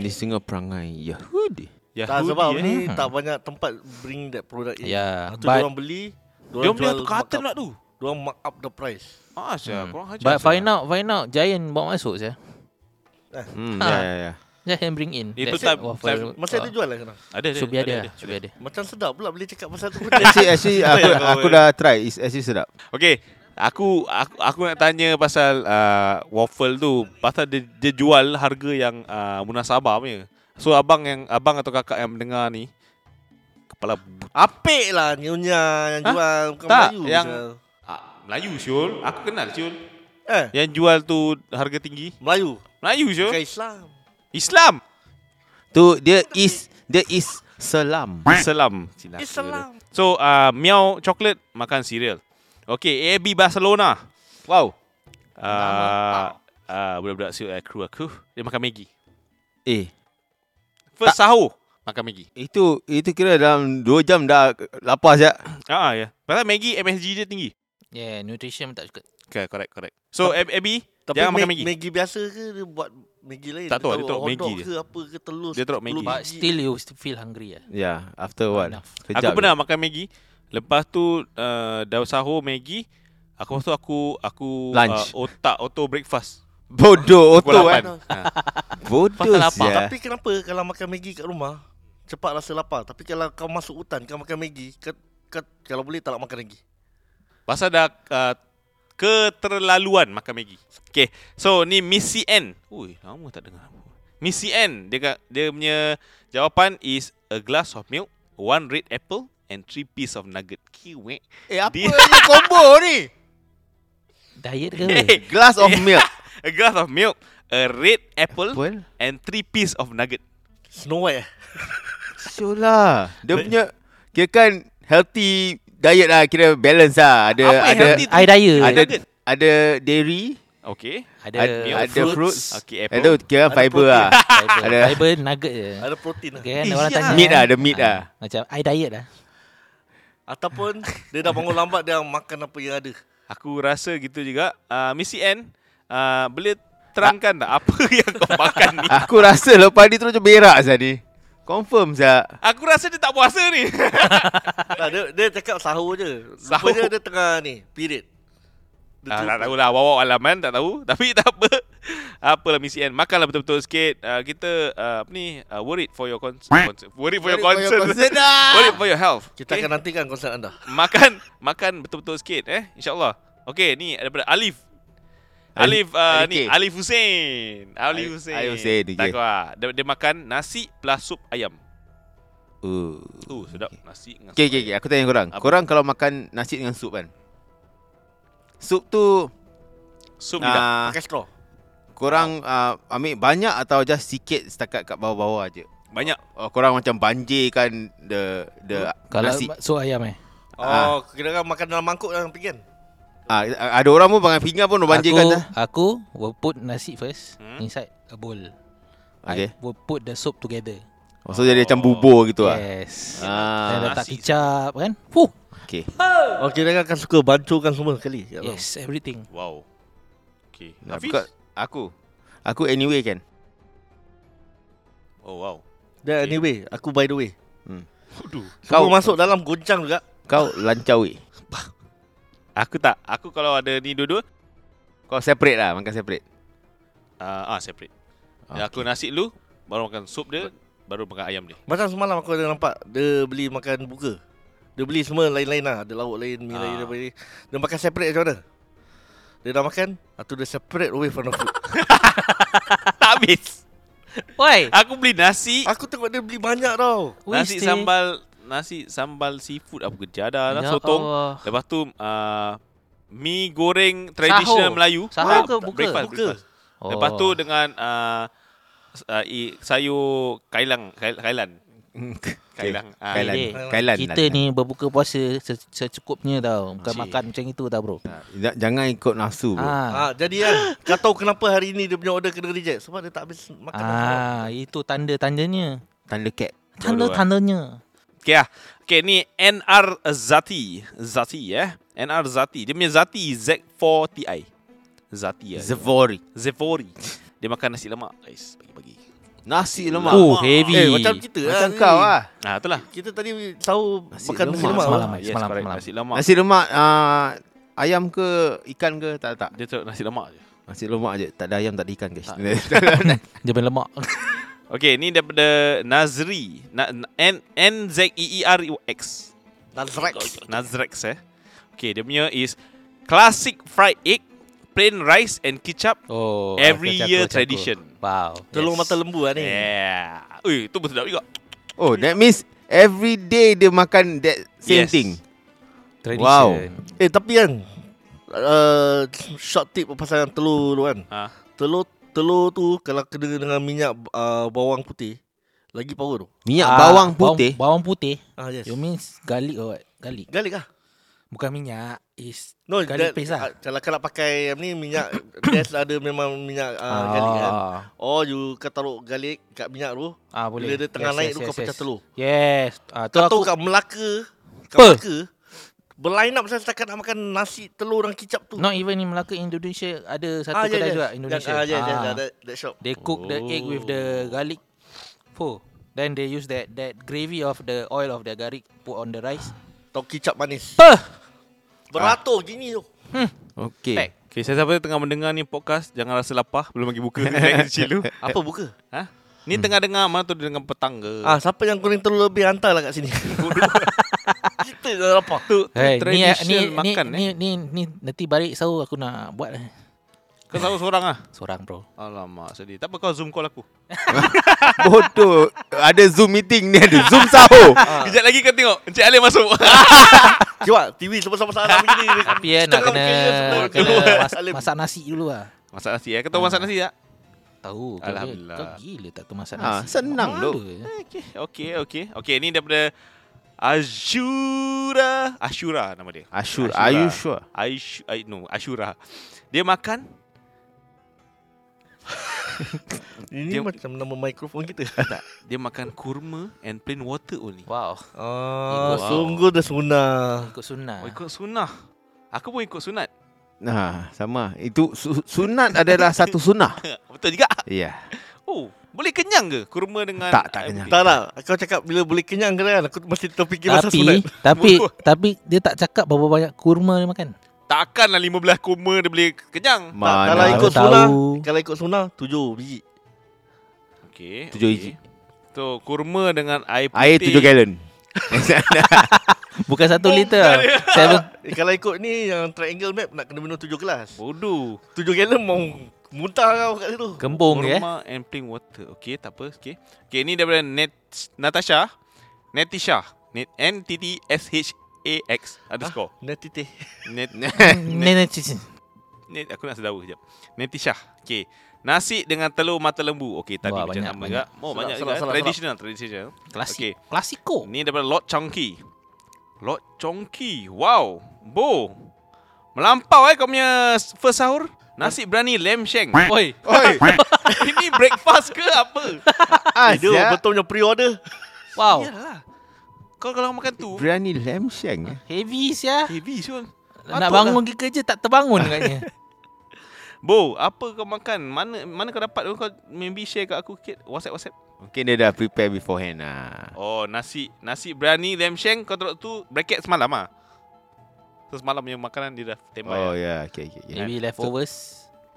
F: ni singa perangai Yahudi.
B: Ya,
A: Tak sebab
B: hoodie,
A: ni tak banyak tempat bring that product in.
G: Ya,
A: Lepas tu
G: but-
A: diorang beli,
B: Dia
A: diorang
B: Ah. punya
A: jual
B: tu cotton
A: markup.
B: lah tu.
A: Diorang mark up the price.
B: Ah, Ha, Syah.
F: Hmm.
B: Korang hajar.
G: But
B: Syah.
G: find out, find out. Giant bawa masuk saya.
F: Hmm, ya, ya, ya.
G: Giant bring in.
B: Itu
G: That's
B: time-
G: waffle.
B: time-
A: Masa
G: Ah.
A: itu jual lah sekarang.
B: Ada, ada.
G: Should be ada, lah, should be ada.
A: Macam sedap pula boleh cakap pasal tu benda.
F: Actually, actually aku,
B: Betul ya,
F: aku
B: kau-
F: dah try. It's actually sedap.
B: Okay. Aku, aku aku nak tanya pasal uh, waffle tu. Pasal dia, dia jual harga yang uh, munasabah punya. So abang yang abang atau kakak yang mendengar ni kepala bu-
A: Apik lah nyonya yang
B: Hah?
A: jual bukan
B: Tak,
A: Melayu.
B: yang-
A: Syah.
B: ah, Melayu Syul. Aku kenal Syul.
A: eh
B: Yang jual tu harga tinggi.
A: Melayu
B: Melayu Syul.
A: bukan
B: Okay.
A: Islam.
B: Islam.
F: Tu dia is dia is selam.
B: Islam.
A: Islam.
B: So uh, Miao coklat makan cereal. Okay, AB Barcelona.
F: Wow.
B: Uh, uh, budak-budak si uh, kru aku dia makan Maggi.
F: Eh,
B: First sahur makan Maggi.
F: itu itu kira dalam 2 jam dah lapar siap.
B: Ah ya. Yeah. Pasal Maggi MSG dia tinggi.
G: Yeah, nutrition pun tak cukup.
B: Okay, Kan, correct correct. So Ab- AB
A: Tapi
B: jangan makan
A: Ma-
B: Maggi.
A: Maggi biasa ke dia buat Maggi lain?
B: Tak tahu, dia teruk
A: hot
B: Maggi
A: dog
B: je.
A: ke apa ke telur.
B: Dia teruk Maggi.
G: But still you still feel hungry lah.
F: Ya, yeah, after what?
G: Enough.
B: Aku pernah makan Maggi. Lepas tu uh, dah sahur Maggi. Aku lepas tu aku aku
F: Lunch.
B: Uh, otak auto breakfast.
F: Bodoh
B: Pukul
F: otot eh.
B: 8. Ha.
F: Bodoh
G: Pasal lapar.
F: siap.
A: Tapi kenapa kalau makan Maggi kat rumah cepat rasa lapar tapi kalau kau masuk hutan kau makan Maggi kau, kau, kalau boleh tak nak makan lagi.
B: Pasal dah uh, keterlaluan makan Maggi. Okay. So ni Missy N. Ui, lama tak dengar. Missy N. Dia, kat- dia punya jawapan is a glass of milk, one red apple and three piece of nugget. Kiwek.
F: Eh, apa
B: Di-
F: ni combo ni?
G: Diet ke? apa?
B: Hey,
F: Glass of milk.
B: a glass of milk, a red apple,
F: Apple?
B: and three piece of nugget.
A: Snow White eh.
F: Sure lah. Dia punya kira kan healthy diet lah, kira balance lah. Ada
B: Apa yang
F: ada
B: healthy tu?
G: Air daya.
F: ada
B: Nugget?
F: ada dairy,
B: Okay.
G: Ada,
F: ada, ada fruits,
B: Okay,
F: ada
B: apple.
F: kira
A: Ada
F: fiber
A: protein.
F: lah.
G: Fiber,
F: ada-
G: fiber nugget je.
A: Ada protein lah.
G: Okay, kan
B: Eh,
G: orang
B: siap.
G: tanya.
F: Meat lah,
G: kan?
F: ada meat
G: Ah,
F: lah.
G: Macam I diet lah.
A: Ataupun dia dah bangun lambat dia makan apa yang ada.
B: Aku rasa gitu juga. Uh, Missy N, uh, boleh terangkan tak apa yang kau makan ni?
F: Aku rasa lepas ni terus macam berak sah ni. Confirm sah.
B: Aku rasa dia tak puasa ni.
A: Tak, dia, dia cakap sahur je.
B: Sahur.
A: Rupanya dia tengah ni, period. Dia
B: Ah,
A: tu-
B: tak tahulah Wawa alaman tak tahu Tapi tak apa Apalah misi N Makanlah betul-betul sikit uh, Kita uh, apa ni uh, Worried for your cons- cons- Worried for your concern
F: concern lah.
B: Worried for your health
A: Kita akan nantikan konsert anda.
B: Makan Makan betul-betul sikit eh InsyaAllah Okay ni daripada Alif
F: Ali-
B: Alif uh,
F: Ali
B: ni
F: K.
B: Alif Hussein Alif
F: Ali-
B: Hussein
F: Ali Hussein, okay.
B: Tak kuat. dia, dia makan nasi plus sup ayam
F: Uh.
B: Oh sedap Nasi dengan
F: Okay,
B: sup
F: okay,
B: ayam.
F: okay. Aku tanya korang.
B: Apa?
F: Korang kalau makan nasi dengan sup kan? Sup tu
B: Sup lidah
F: uh,
A: Pakai straw.
F: korang uh, ambil banyak atau just sikit setakat kat bawah-bawah aje?
B: Banyak
F: Oh, korang macam banjirkan the the
G: Kalau
F: nasi.
G: so ayam eh.
A: Oh, kira kan makan dalam mangkuk dalam pinggan.
F: Ah, ada orang pun pakai pinggan pun dia banjirkan
G: aku,
F: dah.
G: aku will put nasi first
B: Hmm.
G: inside a bowl. I
F: Okay.
G: will put the soup together.
F: Oh, so jadi macam bubur gitu ah.
G: Yes. Then
F: Ah,
G: letak
B: nasi.
G: kicap kan. Fuh.
F: okay.
A: Oh, kira kan akan suka bancukan semua kali. Ya Allah.
G: Yes, everything.
B: Wow Okay
F: Nah,
B: Hafiz?
F: buka, aku. Aku anyway kan.
B: Oh wow
A: Dan anyway, aku by the way.
B: Aduh
A: Kau
F: Kau-
A: Hmm. masuk dalam goncang juga.
F: Kau lancar weh.
B: Aku tak. Aku kalau ada ni dua-dua,
F: Kau separate lah, makan separate.
B: uh, ah separate. Okay. Aku nasi dulu, baru makan sup dia, baru makan ayam dia.
A: Macam semalam aku ada nampak dia beli makan buka. Dia beli semua lain-lain lah. Ada lauk lain, mi lain
B: Ah.
A: daripada ni. Dia makan separate macam mana? Dia dah makan, atau dia separate away from the food.
B: tak habis.
G: Why?
B: Aku beli nasi,
A: aku tengok dia beli banyak tau.
B: nasi sambal, nasi sambal seafood apa kejadah
G: Ya
B: lah, sotong. Lepas tu uh, mi goreng tradisional
G: Sahur.
B: Melayu.
G: Sahur
B: Ah,
G: ke buka? Oh.
B: Breakfast,
A: Buka.
B: breakfast. Lepas tu dengan uh, uh, i- sayur kailang, kail, kailan. Kailang. Ah,
F: Hmm, Kailan.
G: Eh,
F: Kailan.
G: Kita
F: lah.
G: ni berbuka puasa se- secukupnya tau. Bukan
B: Cik.
G: makan macam itu tau bro.
F: Ah, ja- Jangan ikut nafsu bro.
A: Ah,
G: Ah.
A: jadi kan, kau tahu kenapa hari ni dia punya order kena reject? Sebab dia tak habis makan.
G: Ah, itu tanda-tandanya.
F: Tanda cap.
G: Tanda-tandanya.
B: Okay lah. Okay ni NR Zati. Zati eh. NR Zati. Dia punya Zati Z4TI. Zati ya.
F: Zavori.
B: Zevori. Dia makan nasi lemak guys. Pagi-pagi.
F: Nasi lemak.
G: Oh, heavy.
A: Eh, macam kita
F: Macam
A: ni.
F: kau ah.
B: Nah itulah.
A: Kita tadi tahu
F: Nasi
A: makan nasi
F: lemak
A: lemak. lah.
G: semalam. Semalam,
B: correct.
G: semalam.
B: Nasi lemak.
F: Nasi lemak ah, Ayam ke ikan ke tak tak.
B: Dia teruk nasi lemak je.
F: Nasi lemak je. Tak ada ayam tak ada ikan guys.
G: Dia main lemak.
B: Okay, ni daripada Nazri. Na, na- N N Z I E R U X. Oh,
A: Nazrex.
B: Nazrex eh. Okay, dia punya is classic fried egg, plain rice and kicap.
G: Oh,
B: Every
G: aku- aku-
B: year
G: aku- aku.
B: tradition.
G: Wow.
A: Telur
B: Yes. Eh.
A: mata lembu lah ni.
B: Yeah. Ui, tu pun sedap juga.
F: oh, that means every day dia makan that
B: Yes.
F: same thing.
G: Tradition.
F: Wow.
A: Eh tapi kan uh, Short tip pasal yang telur tu kan
B: Ha.
A: Telur telur tu kalau kena dengan minyak uh, bawang putih Lagi power tu
F: Minyak
G: Ah,
F: bawang putih.
G: Bawang, bawang putih.
A: Ah yes
G: You means garlic or what? Garlic.
A: Garlic lah
G: Bukan minyak. Is
A: No,
G: Garlic paste
A: ah,
G: lah.
A: Kalau kau nak pakai yang ni minyak There's ada memang minyak uh,
G: ah,
A: garlic kan Or you kau taruh garlic kat minyak tu
G: Ah,
A: Bila
G: boleh.
A: dia tengah naik tu kau pecah telur.
G: Yes. Ah, tu
A: Atau
G: aku
A: kat Melaka Kat
G: Apa?
A: Melaka Berline up saya setakat nak makan nasi telur dan kicap tu
G: not even in Melaka Indonesia ada satu
A: Ah, yeah,
G: kedai
A: yeah.
G: juga Indonesia.
A: Ah, yeah, yeah,
G: Ah.
A: yeah, that, Oh. that shop
G: They cook the egg with the garlic pho. Then they use that that gravy of the oil of the garlic put on the rice.
A: Tau kicap manis
G: Puh.
A: Beratur gini tu
F: Okey.
G: Pack.
B: Okay, saya siapa tengah mendengar ni podcast, jangan rasa lapar, belum lagi buka. Relax chill dulu.
A: Apa buka?
B: Ha? Ni tengah dengar mana tu dia dengar petang ke?
A: Eh. Ah, siapa yang kuning telur lebih hantar lah kat sini. Kita dah lapar.
B: tu, tu
G: Hey, ni, eh,
B: traditional
G: ni, ni,
B: makan
G: ni,
B: eh.
G: ni, ni, nanti balik sahur aku nak buat eh.
B: Kau tahu seorang ah.
G: Seorang bro.
B: Alamak, sedih. Tak apa kau zoom call aku.
F: Bodoh. Ada Zoom meeting ni ada Zoom sahur.
B: Kejap lagi kau tengok Encik Ali masuk
A: Cuba TV sama-sama salam begini.
G: Tapi eh, nak kena, kena mas, masak nasi dulu lah.
B: Masak nasi eh Kau tahu masak nasi tak?
G: Tahu. kau-
B: Alhamdulillah.
G: Kau gila tak tu masak
F: Ah,
G: nasi.
F: senang
G: Malu
F: tu.
G: je.
B: Okay Okay okay Okay ni daripada Ashura Ashura nama dia
F: Ashur, are you sure?
B: Aish, I, no, Ashura Dia makan
A: Ini
B: Dia-
A: macam nama mikrofon kita.
B: eh, tak, Dia makan kurma And plain water only
G: Wow.
A: Ah,
G: Oh, Wow.
A: sungguh dah sunnah.
G: Ikut sunnah.
B: Oh, ikut sunnah Aku pun ikut sunat
F: Nah, sama. Itu su- sunat adalah satu sunnah.
B: Betul juga
F: Ya.
B: Oh Boleh kenyang ke Kurma dengan
F: Tak, tak
B: air
F: kenyang.
B: putih?
A: Tak lah, kau cakap bila boleh kenyang ke kan? Aku mesti terfikir pasal
G: tapi,
A: sunat.
G: tapi, tapi dia tak cakap berapa banyak kurma dia makan.
B: Takkanlah 15 kurma Dia boleh kenyang
F: Hmm.
A: Tak, kalau
F: Mana lah.
A: ikut
G: tahu.
A: sunnah, kalau ikut sunnah, tujuh biji.
B: Okay
F: Tujuh
B: okay.
F: hiji.
B: So kurma dengan air putih
F: air tujuh galon.
G: Bukan satu
B: Bom
G: liter.
B: kali.
G: Seven.
A: Eh, kalau ikut ni yang triangle map nak kena minum tujuh gelas.
B: Bodoh
A: Tujuh galon mau muntah kau kat situ.
G: Kembung ya.
B: Kurma and plain water. Okay, tak apa. Okay. Okay, ni daripada Net Natasha. Netisha. Net N T T S H A X
G: Ah.
B: underscore.
A: Nanti teh.
B: Net,
G: Nenek cicin.
B: net aku nak sedawa sekejap. Netisha. Okay. Nasi dengan telur mata lembu. Okay, tadi
G: Wah,
B: macam
G: banyak,
B: sama
G: banyak.
B: juga. Oh,
A: Sedap,
B: banyak
A: sedap,
B: juga.
A: sedap,
B: traditional, traditional. Okay.
G: Klasik. Klasiko.
B: Ni daripada Lord Chonky. Lord Chonky. Wow. Bo. Melampau eh kau punya first sahur. Nasi berani lem sheng. Oi.
F: Oi.
B: Ini breakfast ke apa?
F: Ah,
A: Eh, Dia betul punya pre-order.
G: Wow.
B: Yalah. Kau kalau makan tu
F: Biryani lamb shank. eh?
G: Heavy sia.
B: heavy siul.
G: Nak
B: Patutlah.
G: bangun pergi kerja tak terbangun katnya.
B: Bo, apa kau makan? Mana mana kau dapat tu? kau maybe share kat aku sikit WhatsApp WhatsApp.
F: Mungkin dia dah prepare beforehand lah.
B: Oh, nasi nasi berani lamb shank kau teruk tu bracket semalam ah. So semalam yang makanan dia dah tembak. Oh,
F: Oh
B: ya.
F: ya, yeah. okay, okay, okay.
G: Maybe leftovers.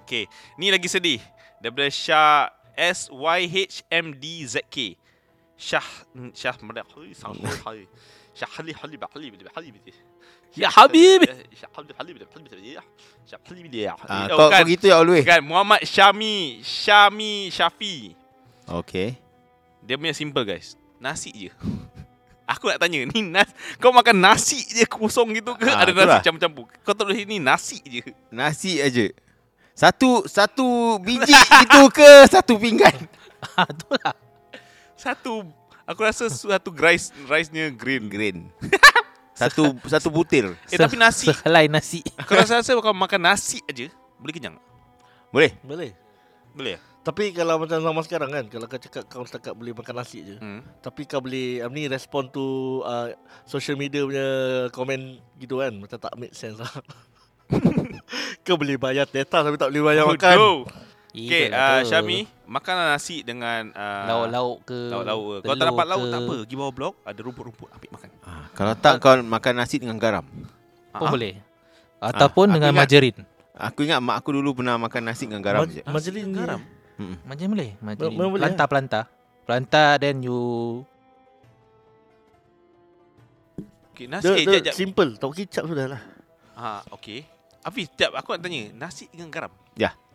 B: Okay, ni lagi sedih. Daripada Shah S Y H M D Z K. Shah Shah Madak. Shah Hali Hali Hali Hali
G: Ya Habib.
B: Shah Hali Hali Hali Shah Hali
F: Ah, kau, kau gitu ya always.
B: Kan Muhammad Syami Syami Syafi
F: Okay.
B: Dia punya simple guys Nasi je Aku nak tanya ni nas Kau makan nasi je kosong gitu ke
F: Ah,
B: Ada
F: itulah.
B: nasi campur-campur Kau tulis ni nasi je
F: Nasi aja. Satu satu biji itu ke satu pinggan?
G: Ah, itulah.
B: Satu Aku rasa satu rice Rice-nya green
F: Green. Satu satu butir.
B: Eh tapi nasi
G: Sehelai nasi.
B: Kau rasa-rasa kau makan nasi je Boleh kenyang tak?
F: Boleh.
A: Boleh.
B: Boleh ya?
A: Tapi kalau macam zaman sekarang kan Kalau kau cakap kau setakat boleh makan nasi je
B: Hmm.
A: Tapi kau boleh um, ni respond to uh, social media punya komen gitu kan Macam tak make sense lah Kau boleh bayar data tapi tak boleh bayar makan
B: Bodoh. Okay,
G: Itulah
B: uh,
G: lah tu.
B: Syami Makanlah nasi dengan uh,
G: Lauk-lauk ke.
B: Lauk-lauk ke. Kau tak
G: telur
B: dapat lauk
G: ke.
B: tak apa Pergi bawah blok Ada rumput-rumput Ambil makan
F: Ah, kalau tak kau makan nasi dengan garam.
G: Apa
B: Ah.
G: Oh, boleh? Ataupun
F: aku
G: dengan
F: ingat.
G: margarine.
F: Aku ingat mak aku dulu pernah makan nasi dengan garam je.
A: Majlis garam.
F: Mm-mm.
G: Macam boleh? Macam
A: Boleh, boleh.
G: Pelanta pelanta. Pelanta then you
B: Okay, nasi
A: Dia,
B: eh,
A: dia
B: jap, jap.
A: simple, tahu kicap sudah lah.
B: Ha, okay. Hafiz, jap aku nak tanya. Nasi dengan garam.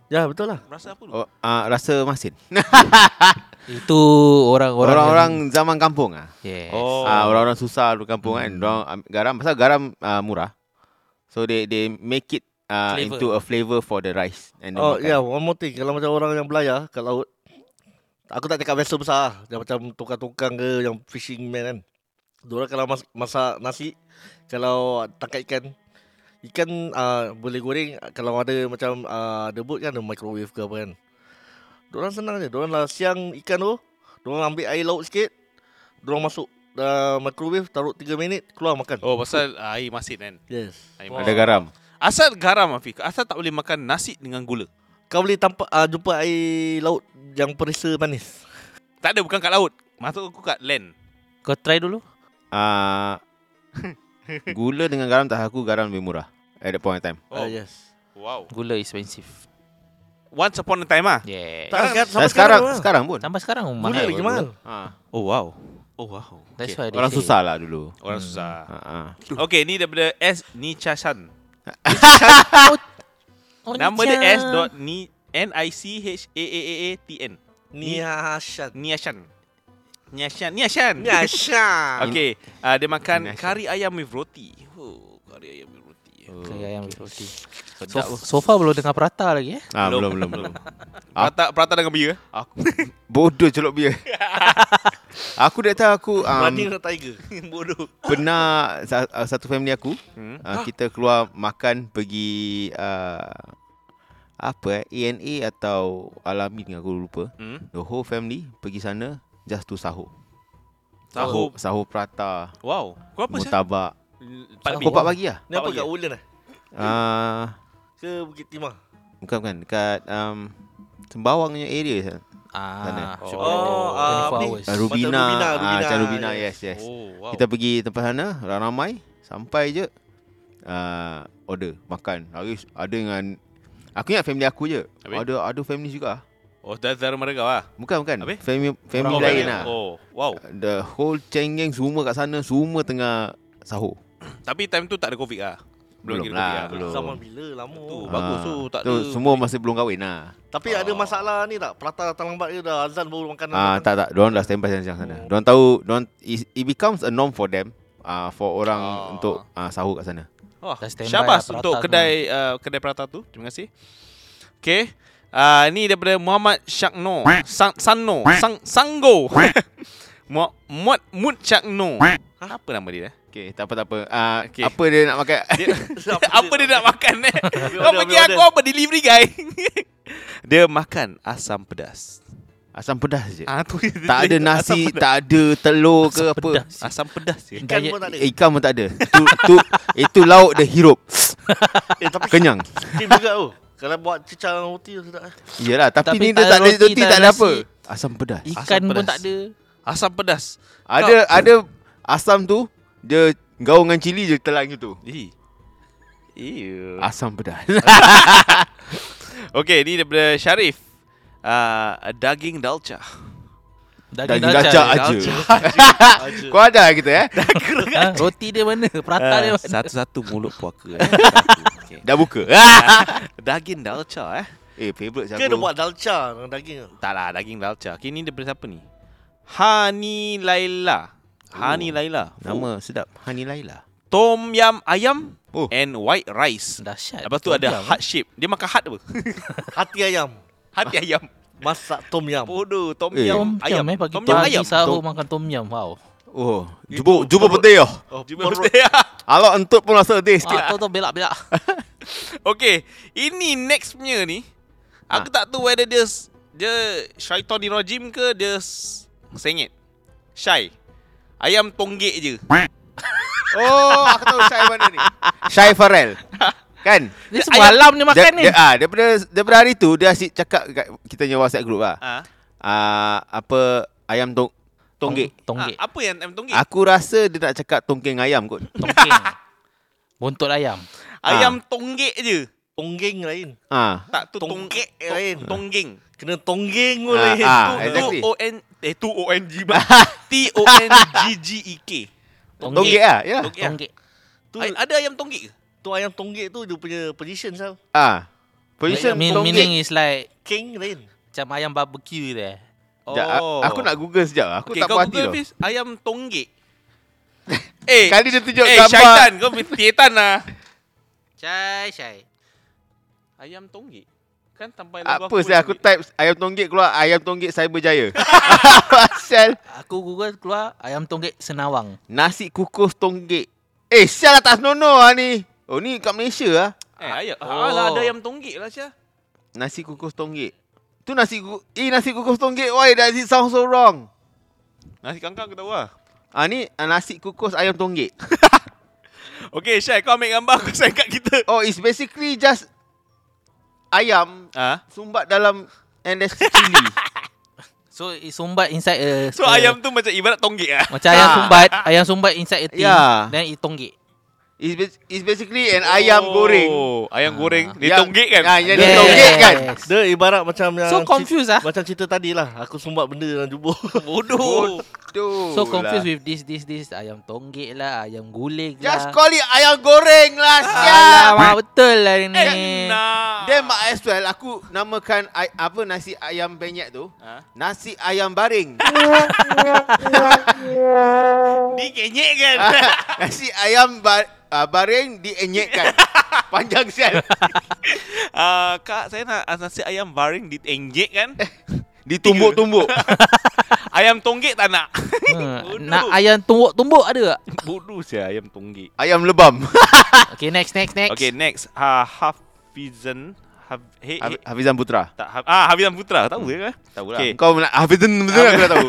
A: Ya, betul lah.
B: Rasa apa dulu?
F: Oh, uh, rasa masin.
G: itu orang-orang
F: Orang-orang
G: yang,
F: zaman kampung ah.
G: yes.
B: Oh.
F: Ah, orang-orang susah dulu kampung kan. Orang garam pasal garam uh, murah. So they they make it uh,
G: Flavour.
F: into a flavour for the rice and the
A: Oh,
F: makan.
A: ya, yeah, one more thing. Kalau macam orang yang belayar kat laut, aku tak cakap vessel besar lah. Yang macam tukang-tukang ke, yang fishing man kan. Diorang kalau mas- masak nasi, kalau tangkap ikan, ikan uh, boleh goreng kalau ada macam uh, debut kan, ada microwave ke apa kan. Diorang senang je. Diorang lah siang ikan tu, diorang ambil air laut sikit, diorang masuk uh, microwave, taruh 3 minit, keluar makan.
B: Oh, pasal ah, air masin kan?
A: Yes.
B: Air
F: Ada
B: masin.
F: garam.
B: Asal garam, Hafiz. Asal tak boleh makan nasi dengan gula.
A: Kau boleh tampak uh, jumpa air laut yang perisa manis.
B: Tak ada, bukan kat laut. Masuk aku kat land.
G: Kau try dulu.
F: Uh, gula dengan garam tak aku garam lebih murah at that point in time.
B: Oh,
A: Oh, uh, yes.
B: wow.
G: Gula expensive.
B: Once upon a time ah.
G: Yeah.
A: Tak, sekarang, sampai
F: Dan sekarang
A: sekarang,
F: sekarang pun.
G: Sampai sekarang um,
A: Gula
G: mahal.
A: lagi mahal.
F: Ha.
B: Oh, wow. Oh, wow.
G: That's
B: Okay.
G: why they
F: Orang
G: say.
F: susah lah dulu.
B: Orang susah.
F: Ha, ha.
B: Okay, ni daripada S Nichashan.
G: Oh, ni
B: Nama dia
G: cia.
B: S dot ni N I C H A A A A T N.
A: Niashan.
B: Niashan. Niashan. Niashan.
A: Niashan.
B: Okay, uh, dia makan
F: Niashan.
B: kari ayam with roti. Oh, kari ayam with roti.
F: Oh.
G: Kayak ayam with roti. So,
B: Sedap.
G: so far belum dengar prata lagi eh.
F: Ah, belum belum belum. Ah.
B: Prata, prata dengan bia. Aku
F: Bodoh celok bia. aku dah tahu aku um,
A: Running the tiger.
B: bodoh.
F: pernah sa- uh, satu family aku
B: Hmm.
F: uh, kita keluar makan pergi uh, apa eh ANA atau Alamin aku lupa.
B: Hmm.
F: The whole family pergi sana just to sahur.
B: Sahur. Oh,
F: sahur prata,
B: Wow. Kau apa sih?
F: murtabak.
B: Empat lebih.
F: Kau pak pagi ah?
A: Ni apa
B: Apa
A: kat
B: dia?
A: Ulen eh?
F: Uh,
A: Ke Bukit Timah?
F: bukan bukan dekat um, Sembawang punya area sana. Sana.
G: Ah,
B: Oh.
G: should be ada
A: Oh, ah, ni.
G: 24 hours.
F: Uh,
A: Macam Rubina,
F: Rubina, ah,
A: Rubina,
F: macam Rubina,
A: yes.
F: yes, yes.
B: Oh, wow.
F: Kita pergi tempat sana, ramai, sampai je uh, order makan. Lagi ada dengan aku ingat family aku je.
B: Habis?
F: Ada ada family juga.
B: Oh, dah dari mana kau ah?
F: Bukan bukan.
B: Habis?
F: Family family
B: Kau
F: lain
B: kaya.
F: lah.
B: Oh, wow.
F: The whole cengeng semua kat sana, semua tengah sahur.
B: Tapi time tu tak ada covid ah. Belum
F: Belum
B: kira COVID
F: lah,
B: ah.
F: belum.
A: Zaman bila lama.
B: Tu,
F: Ah.
B: bagus tu. Tak
F: Tu
B: ada.
F: semua masih belum kahwin lah.
A: Tapi ada masalah ni tak? Prata datang lambat ke dah azan baru makan.
F: Ah tak tak, diorang dah standby siang sana. Diorang tahu diorang it, it becomes a norm for them. Ah uh, for orang
B: Ah.
F: untuk ah uh, sahur kat sana.
B: Oh,
G: Dah standby
B: syabas
G: lah
B: untuk
G: Prata
B: kedai uh, kedai Prata tu. Terima kasih. Okay. Uh, ni daripada Muhammad Syakno. Sang, Sanno. Sang, Sanggo. Mu- Muat Mut Syakno. Apa nama dia? eh?
F: Okay, tak apa tak apa. Ah
B: Okay.
F: okay. apa dia nak makan?
B: apa dia nak makan eh? Kau
A: order,
B: bagi
A: ambil
B: aku apa? Delivery guy. dia makan asam pedas.
F: Asam pedas je.
B: Ah, tu dia-
F: tak ada
B: dia- asam
F: nasi,
B: pedas.
F: tak ada telur ke
G: Asam
F: apa. Eh,
G: pedas.
B: Asam pedas ya. je.
A: Ikan Kan
G: Diet-
A: pun tak ada.
F: Ikan pun tak ada. Tu tu itu lauk dia hirup.
A: Eh, tapi
F: Kenyang.
A: sikit juga tu. Kalau buat cecah dengan roti tu sedap eh.
F: Iyalah, tapi,
G: Tapi
F: ni dia
G: tak
F: tak
G: ada
F: ada
G: roti,
F: roti,
G: tak
F: tak
G: ada
F: ada apa.
G: nasi.
F: Asam pedas.
G: Ikan
B: Asam
G: pun
B: pedas.
G: tak ada.
B: Asam pedas.
F: Ada ada asam tu dia gaung dengan cili je telan gitu.
B: Ih. Ew.
F: Asam pedas.
B: Okay, ni daripada Syarif. Uh, daging dalca.
F: Daging dalca aja.
A: Aja.
F: Kau ada kita eh?
G: Ha, roti dia mana? Prata
B: Ah,
G: dia mana?
B: Satu-satu mulut puaka. eh. okay.
F: Dah buka.
B: Daging dalca eh.
F: Eh, favorite
A: Ke dia buat dalca dengan daging tu.
B: Tak lah, daging dalca. Okay, ni daripada siapa ni? Hani Laila. Hani Laila.
F: Nama sedap. Hani Laila.
B: Tom yam ayam
F: Oh.
B: and white rice.
G: Dahsyat.
B: Lepas tu
G: Tom
B: ada
G: yum. eh?
B: heart shape. Dia makan heart apa?
A: Hati ayam.
B: Hati ayam.
A: Masak tom yam.
B: Bodoh, tom
F: Eh.
B: yam
G: Tom
B: ayam.
G: yum eh pagi
B: Tom yam ayam.
G: pagi sahur
F: Tom-
G: makan tom yum. Wow.
F: Oh, jubur jubur putih oh.
A: Oh,
B: Jumpa
A: perut.
B: birthday ah.
F: Alok entut pun rasa pedih sikit.
B: lah.
G: Ah, tu tu belak-belak.
B: Okay, ini next punya ni. Aku
F: Ha.
B: tak tahu whether dia s- dia syaitan di rajim ke dia s- sengit. Syai. Ayam tonggek je.
F: Ha. Oh, aku tahu Syai mana ni. Syai Farel. Kan?
G: Ni semalam dia makan ni.
F: Dia, ah, daripada daripada hari tu dia asyik cakap dekat kita punya WhatsApp group lah.
B: Ah.
F: Ah, apa ayam tong tonggek.
G: Tonggek.
B: Ah, apa yang ayam tonggek?
F: Aku rasa dia nak cakap tongkeng ayam kot.
G: Tongking. Buntut ayam.
B: Ayam tonggek je.
A: Tonggeng lain.
F: Ah,
B: Tak tu
A: Tong-
B: tonggek
A: tong-
B: lain. Tonggeng.
A: Kena tonggeng
F: Ah,
A: boleh.
F: eh, ah,
B: Tu
F: exactly.
B: tu O N eh tu O N G T O N G G E K.
F: Tonggek ah, ya.
B: Tonggek. ah.
G: Tonggek.
A: Tu,
B: Ay- Ada ayam tonggek ke?
A: tu ayam tonggek tu dia punya position sah.
F: Ah. Position
G: Mean-
F: tonggek.
G: Meaning is like
A: King lain.
G: macam ayam barbecue there.
F: Sekejap, a- Aku nak Google sekejap. Aku
B: Oh. Okay,
F: tak
B: kau
F: puas hati
B: Google
F: tau.
B: Hafiz, Ayam tonggek. eh,
F: Kali dia tunjuk
B: eh,
F: gambar.
B: syaitan. Kau betietan lah.
G: Cai, cai.
B: Ayam tonggek. Kan sampai lagu
F: Apa saya aku
B: tonggek.
F: type ayam tonggek keluar ayam tonggek Cyber Jaya. Pasal
G: Aku Google keluar ayam tonggek senawang.
F: nasi kukus tonggek. Eh, sial lah tak senonoh lah ni. Oh, ni kat Malaysia lah.
B: Eh, ayam.
G: Oh.
B: Alah, ada ayam tonggek lah Syah.
F: Nasi kukus tonggek. Tu nasi ku eh nasi kukus tonggek. Why does it sound so wrong?
B: Nasi kangkang aku tahu lah.
F: Ah ni ah, nasi kukus ayam tonggek.
B: Okay, Syah, kau ambil gambar aku send kat kita.
F: Oh, it's basically just ayam
B: Ah,
F: sumbat dalam and there's chili.
G: So it sumbat inside a
B: So,
G: a-
B: ayam tu macam ibarat tonggek lah.
G: macam ayam
F: Ah. Ya.
G: sumbat, ayam sumbat inside a thing.
F: Yeah.
G: Then it tonggek.
F: It's, bas- it's basically an ayam goreng.
B: Oh, ayam
G: Ah.
B: goreng. Dia
F: Yang-
B: tonggek kan?
F: Ah, yang dia tonggek kan?
A: Dia ibarat macam yang
G: So confused ah.
A: Cerita, macam cerita tadi lah. Aku sumbat benda dalam jubur.
B: Bodoh.
F: Bodoh
G: So confused
F: lah. Ya,
G: with this this this ayam tonggek lah, ayam guling
F: Just
G: lah.
F: call it ayam goreng lah sial.
G: Ah, Alamak betul lah
F: Eh,
G: ni.
B: Eh. Nah.
F: Then might as well aku namakan ay- apa nasi ayam penyet tu
B: Ha?
F: nasi ayam baring.
B: Dikenyek kan?
F: nasi ayam bar- uh, baring dienyekkan. Panjang sial.
B: Ah, kak, saya nak nasi ayam baring ditengjek kan?
F: Ditumbuk-tumbuk.
B: Ayam tonggek tak nak.
G: Hmm.
B: Bodoh.
G: Nak ayam tumbuk-tumbuk ada tak?
B: Bodoh saya ayam tonggek.
F: ayam lebam.
G: Okay next next next.
B: Okay, next. Ha, Hafizan. Haf, hey, hey,
F: Haf- Hafizan Putra.
B: tak, Haf, ah, Hafizan Putra. Tahu ke?
F: Tahu
B: lah.
F: Kau nak Hafizan betul aku dah tahu.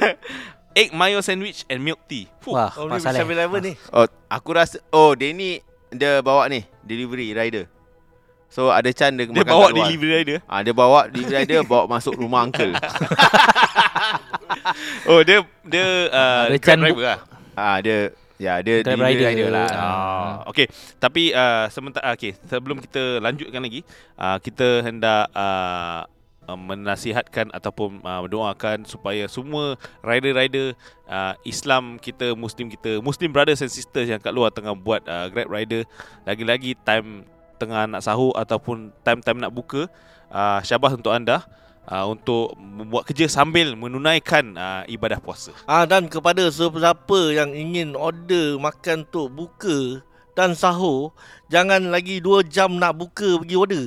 B: Egg mayo sandwich and milk tea. Fuh.
G: Wah,
A: Oh, ni
G: pasal
A: Seven
G: eh.
A: Eleven ni.
F: Oh, aku rasa oh dia ni dia bawa ni delivery rider. So ada chance dia,
B: Dia
F: makan
B: bawa
F: kat luar.
B: delivery kan? rider.
F: Ah dia bawa delivery rider bawa masuk rumah uncle.
B: Oh, dia dia uh,
G: Ada
B: cab
G: can-
B: driver lah.
F: Ah dia ya dia
G: Grab
F: delivery
G: rider.
F: rider, lah.
B: Ah, okay. Tapi uh, sementara okay, sebelum kita lanjutkan lagi, uh, kita hendak uh, uh, menasihatkan ataupun uh, mendoakan supaya semua rider-rider uh, Islam kita, Muslim kita, Muslim brothers and sisters yang kat luar tengah buat uh, Grab rider, lagi-lagi time tengah nak sahur ataupun time-time nak buka, uh, syabas untuk anda. Uh, untuk buat kerja sambil menunaikan uh, ibadah puasa.
A: Ah dan kepada sesiapa yang ingin order makan untuk buka dan sahur, jangan lagi 2 jam nak buka pergi order.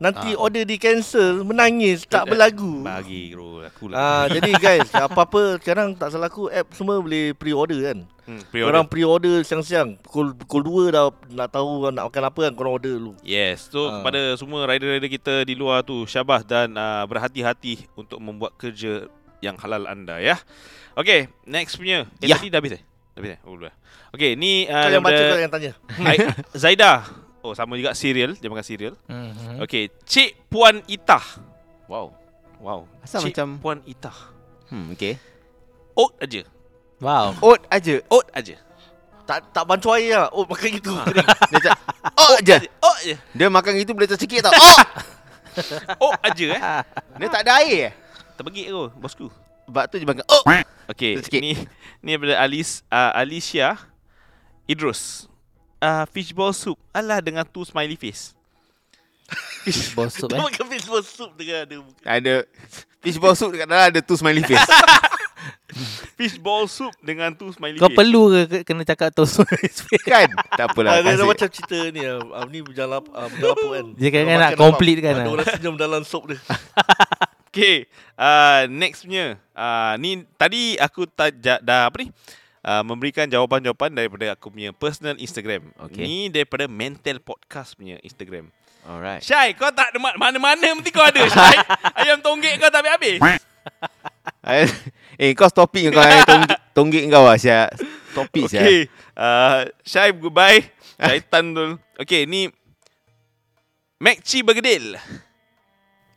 A: Nanti
B: Ah.
A: order di cancel, menangis, tak berlagu.
B: Bagi bro, aku
A: Ah
B: lah.
A: jadi guys, apa-apa sekarang tak salah aku app semua boleh pre-order kan.
B: Hmm,
A: Pre-order. Orang pre-order siang-siang pukul pukul 2 dah nak tahu nak makan apa kan korang order dulu.
B: Yes, so
A: Ah.
B: kepada semua rider-rider kita di luar tu syabas dan uh, berhati-hati untuk membuat kerja yang halal anda ya. Okay, next punya. Eh,
F: Ya.
B: Tadi dah habis eh? Dah habis eh? Oh, dah. Okay, ni uh,
A: Kau Ah, yang baca kau
B: daripada
A: yang tanya.
B: Ai- Zaida. Oh, sama juga serial. Dia makan serial.
G: Mhm.
F: Hmm?
B: Okay, Cik Puan Itah. Wow. Wow.
F: Asal
B: Cik
F: macam-
B: Puan Itah.
F: Hmm okey.
B: Oat aja.
G: Wow.
F: Oat aja.
B: Oat aja.
A: Tak tak bancu air lah. Oh makan gitu.
F: Dia cak Oh je.
B: Oat aja.
F: Dia makan gitu boleh tercekik tau. Oh.
B: Oat aja eh.
F: Dia tak ada air eh.
B: Terbegik tu, bosku.
F: Sebab tu dia makan oh.
B: Okay,
F: Kita sikit.
B: ni ni daripada Alis uh, Alicia Idrus. Uh, fishball soup. Alah dengan tu smiley face.
G: Bos sup
A: Kau
G: eh.
A: makan fishball soup dengan ada buka.
F: Ada fishball soup dekat dalam ada tu smiley face.
B: Fishball soup dengan tu smiley
G: Kau
B: face.
G: perlu ke ke- kena cakap tu
F: kan? Tak apalah.
A: Ah, dia, dia
F: kasih.
A: macam cerita ni ah, ah, ni berjalan ah, berjalan apa kan.
G: Dia kadang-kadang
A: Orang
G: nak
A: makan
G: complete
A: lapang.
G: kan,
A: Ada
G: ah.
A: orang senyum dalam sup dia.
B: Okay, uh, next punya. Uh, ni tadi aku ta- ja- dah apa ni? Uh, memberikan jawapan-jawapan daripada aku punya personal Instagram.
F: Okay.
B: Ni daripada Mental Podcast punya Instagram.
F: Alright.
B: Syai, kau tak ada ma- mana-mana mesti kau ada, Syai. Ayam tonggek kau tak habis-habis.
F: eh kau stopping kau ayam tonggik, tonggik kau ah siap. Topik siap.
B: Okay. Uh, Syaib, goodbye. Syaitan tu. Okay, ni... MacChi Bergedil.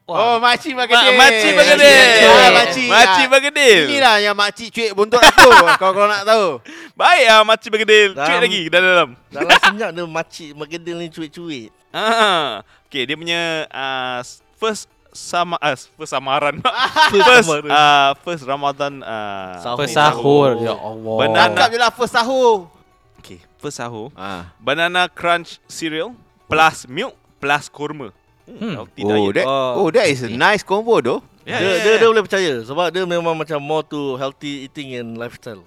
F: Oh, makcik
B: Ma-
F: bergedil.
B: Makcik
G: Bergedil.
B: bergedil.
F: Ah,
B: Makcik.
F: makcik.
B: Makcik
F: Ah,
B: bergedil.
F: Inilah yang makcik cuik buntut aku. Kau lah kalau nak tahu.
B: Baik ah makcik bergedil. Cuit
A: Dalam-
B: lagi dalam dalam.
A: Dalam senyap dia makcik Magedil ni cuit-cuit
B: Ah. Okey, dia punya uh, first sama uh, first samaran. first
A: samaran.
B: uh, first Ramadan uh,
A: Sahur.
G: Pesahur Ya Allah
B: Benar.
F: Tangkap je lah first sahur.
B: Okey, first sahur.
F: Ah.
B: Banana crunch cereal plus milk plus kurma.
G: Hmm.
B: Hmm. Healthy
F: Oh,
B: diet.
F: that, oh, that is a nice combo though.
B: Yeah, yeah,
A: dia,
F: ya,
A: dia,
B: yeah.
A: dia boleh percaya Sebab dia memang macam More to healthy eating and lifestyle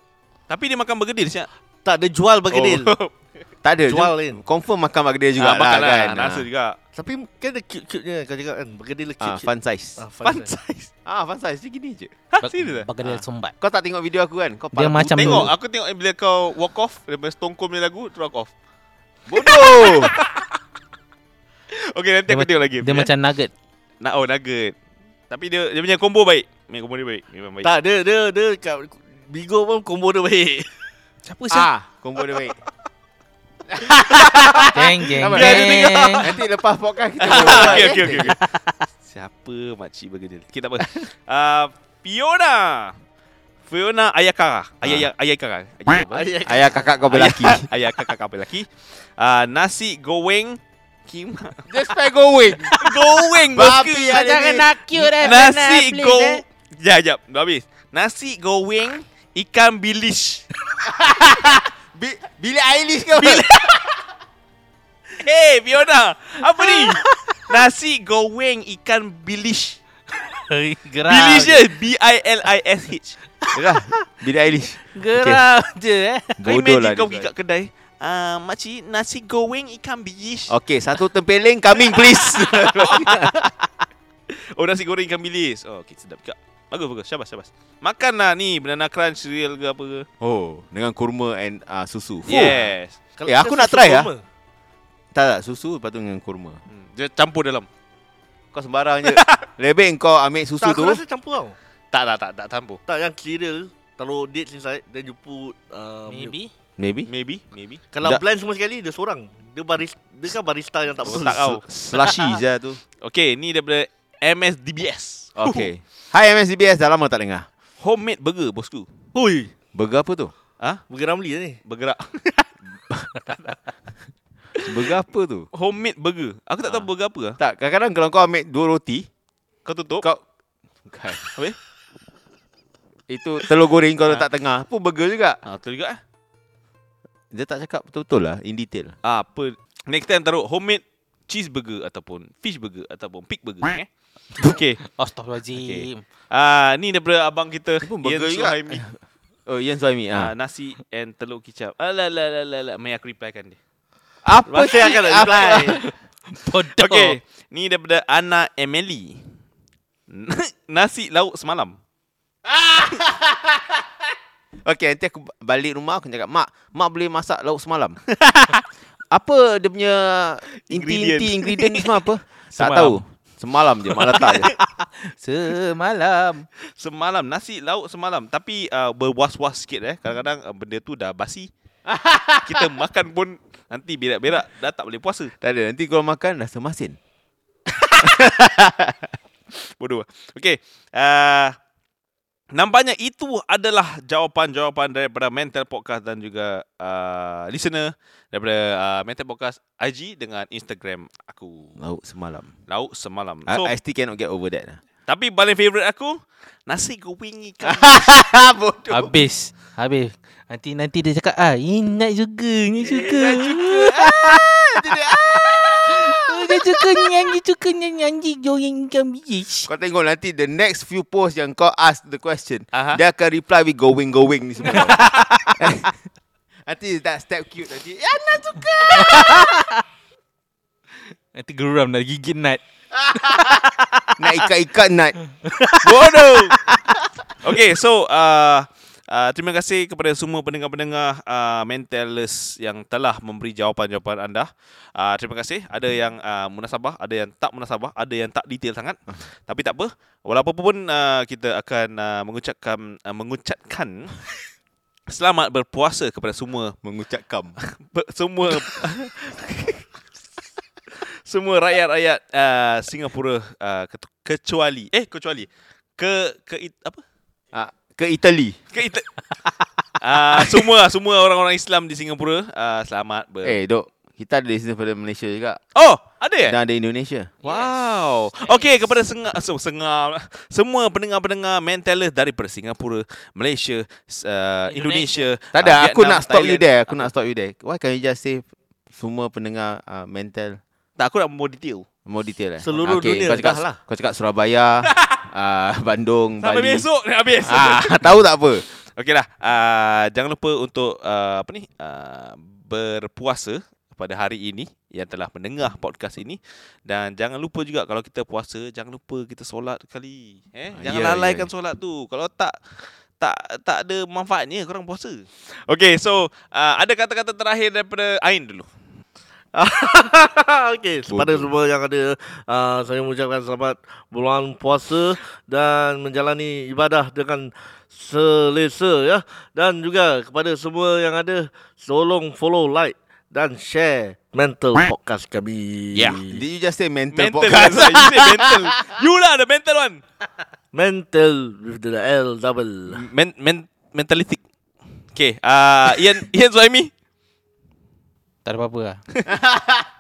B: Tapi dia makan bergedil siap.
A: Tak dia jual Magedil oh.
B: Oh.
F: Tak ada.
A: Jual
F: Jual
A: lain.
F: Confirm makan bergedil juga
B: Ah, makan
F: lah,
B: lah,
F: kan.
B: Rasa
F: Ah.
B: juga.
A: Tapi kan dia cute-cute-nya Kau cakap kan Magedil dia
F: Ah,
A: cute-cute
F: fun size.
A: Ah, fun
B: Fun
A: size.
B: size.
F: Ah, fun size dia gini je.
B: Ha,
G: Ba-
B: serius ah?
G: Bagedil
F: Ah.
G: sumbat
F: Kau tak tengok video aku kan? Kau
G: Dia
F: pala-
G: macam
B: Tengok,
G: dulu.
B: aku tengok bila kau walk off daripada Stone Cold punya lagu, terus aku off.
F: bodoh.
B: Okay, nanti
G: Dia
B: aku
G: ma-
B: tengok lagi.
G: Dia macam nugget
B: Na oh, nugget. Tapi dia dia punya combo baik. Punya combo dia baik. Memang baik.
A: Tak dia dia dia kat Bigo pun combo dia baik
G: Siapa sah?
F: ah, combo dia baik.
G: Jeng jeng
F: Sabar.
B: Biar dia
G: jeng
F: Nanti lepas podcast kita
B: Ah,
F: buat,
B: okay,
F: eh.
B: okay, okay, okay. Siapa makcik bergedil? Okay, tak apa. Uh, Fiona. Fiona Ayakara. Ayaya, Ayakara. Ayakara.
F: Ah. Ayah kakak kau berlaki.
B: Ayah kakak kakak lelaki. Uh, nasi goreng kima.
F: Just pay going.
B: goreng
F: Babi ada
G: Jangan
F: ni.
G: nak cute eh
B: Nasi go. Jap Ya, jap, dah habis. Nasi goreng ikan bilish.
F: Bi- Billie Eilish kau.
B: Hey Fiona, apa ni? Nasi goreng ikan bilish.
F: Lah,
G: Geram
B: Bilish je, B I L I S H.
F: Yalah, Billie Eilish.
G: Geram je eh
B: Kau imagine
F: Bodoh lah.
B: kau
F: dia
B: pergi
F: buat.
B: kat kedai. Ah, makcik nasi goreng ikan bilish.
F: Okay, satu tempeling coming please.
B: Oh nasi goreng ikan bilis. Oh okey sedap juga. Bagus bagus. Syabas syabas. Makanlah ni banana crunch cereal ke apa ke.
F: oh, dengan kurma and uh, susu. Fuh.
B: Yes.
A: Kalau
F: Eh,
A: kita
F: aku nak
A: susu
F: try lah.
A: kurma.
F: Tak tak, susu lepas tu dengan kurma.
B: Hmm, Dia campur dalam.
F: Kau sembarang je. Lebih kau ambil susu
A: Tak
F: tu.
A: aku rasa campur tau
B: Tak tak tak tak campur.
A: Tak yang cereal Taruh dates inside Then you put uh, milk.
G: Maybe
F: Maybe.
B: Maybe, maybe.
A: Kalau
F: Dah-
A: blend semua sekali Dia seorang Dia baris Dia kan barista yang tak
B: Oh,
A: betul
B: tak kau.
F: Slushy je tu.
B: Okay, ni daripada MSDBS.
F: Okay. Hi MSDBS, dah lama tak dengar.
B: Homemade burger, bosku. Ha?
A: Hui
F: Burger apa tu?
A: Burger Ramli
F: lah
A: ni
B: Bergerak.
F: Burger apa tu?
B: Homemade burger. Aku tak tahu
F: Ah.
B: burger apa lah.
F: Tak, kadang-kadang kalau kau ambil dua roti,
B: Kau tutup.
F: kau... Bukan.
B: Habis?
F: Itu telur goreng kau letak tengah. Pun burger juga.
B: Ha, betul juga eh.
F: Dia tak cakap betul-betul lah, in detail.
B: Ah, apa? Next time taruh homemade cheeseburger ataupun fish burger ataupun pig burger. Eh? Okay.
G: Astaghfirullahaladzim
B: Ah, ni daripada abang kita.
F: pun burger
B: Ian
F: juga.
B: Suhaimi.
F: Oh, Ian Suhaimi.
B: Ah,
F: Ha.
B: nasi and telur kicap. Ah, Alah, alah, alah, alah, alah. Mari aku replykan dia.
F: Apa
A: Pasti akan nak
F: apa-
A: reply
G: Bodoh
B: Okay. Ni daripada Ana Emily. nasi lauk semalam.
F: Okay, nanti aku balik rumah, aku cakap, Mak, Mak boleh masak lauk semalam. apa dia punya inti-inti ingredient ni semua apa? tak
B: Semalam.
F: tahu. Semalam je, Mak letak je.
G: Semalam
B: Semalam nasi lauk semalam tapi uh, berwas-was sikit eh. Kadang-kadang uh, benda tu dah basi. Kita makan pun nanti berak-berak dah tak boleh puasa.
F: tak ada, nanti kalau makan rasa masin.
B: Bodoh. Okey. Uh, nampaknya itu adalah jawapan-jawapan daripada Mental Podcast dan juga uh, listener daripada uh, Mental Podcast IG dengan Instagram aku.
F: Lauk semalam.
B: Lauk semalam.
F: I,
B: So,
F: I still cannot get over that.
B: tapi paling favorite aku nasi goreng ikan.
F: Bodoh.
G: Habis Habis Nanti nanti dia cakap ah Ingat juga Ni juga Ah, Dia suka nyanyi Suka nyanyi Joyang ikan biji
F: Kau tengok nanti the next few post yang kau ask the question,
B: Aha.
F: uh-huh. dia akan reply with going going ni semua. nanti that step cute nanti. Ya, nak suka.
G: Nanti geram dah gigit nut
F: Nak ikat-ikat nak.
B: Bodoh. okay, so uh, uh, terima kasih kepada semua pendengar-pendengar uh, mentalist yang telah memberi jawapan-jawapan anda. Uh, terima kasih. Ada yang uh, munasabah, ada yang tak munasabah, ada yang tak detail sangat. Tapi tak apa. Walaupun pun uh, kita akan uh, mengucapkan uh, mengucapkan selamat berpuasa kepada semua
F: Mengucap kam.
B: Pe- semua semua rakyat-rakyat uh, Singapura uh, kecuali eh kecuali ke ke it, apa?
F: Ah, ke Italy.
B: Ke Ita- Ah semua semua orang-orang Islam di Singapura ah selamat ber.
F: Eh, dok. Kita ada listener daripada Malaysia juga.
B: Oh, ada eh?
F: Dan ada Indonesia.
B: Wow. Okey kepada senga eh, so, senga semua pendengar-pendengar mentalers daripada Singapura, Malaysia, s- uh, Indonesia.
F: Tak ada,
B: uh,
F: Ah, aku
B: Vietnam,
F: nak stop
B: Thailand.
F: you
B: Ah.
F: there. Aku nak stop you there. Why can't you just say semua pendengar uh, mental
B: Tak aku nak more detail.
F: more detail eh?
A: Seluruh
F: Okey,
A: dunia
F: Kau cakap,
A: dah lah.
F: kau cakap Surabaya, uh, Bandung,
B: Sampai
F: Bali.
B: besok dah habis.
F: Ah, tahu tak apa?
B: Okeylah, uh, jangan lupa untuk uh, apa ni? Uh, berpuasa pada hari ini yang telah mendengar podcast ini dan jangan lupa juga kalau kita puasa jangan lupa kita solat kali eh
F: Ah,
B: jangan
F: ya,
B: yeah, lalaikan
F: ya.
B: solat tu kalau tak tak tak ada manfaatnya korang puasa Okay, so uh, ada kata-kata terakhir daripada Ain dulu
A: Okey, kepada semua yang ada uh, saya mengucapkan selamat bulan puasa dan menjalani ibadah dengan selesa ya. Dan juga kepada semua yang ada tolong follow, like dan share mental podcast kami.
B: Ya.
F: Did you just say mental,
B: mental lah
F: podcast?
B: Azhar. you say mental you lah the mental one
A: Mental with the L double.
B: men, men, mentalistic Okay, uh, Ian Ian Suhaimi
G: Tak ada apa-apa lah.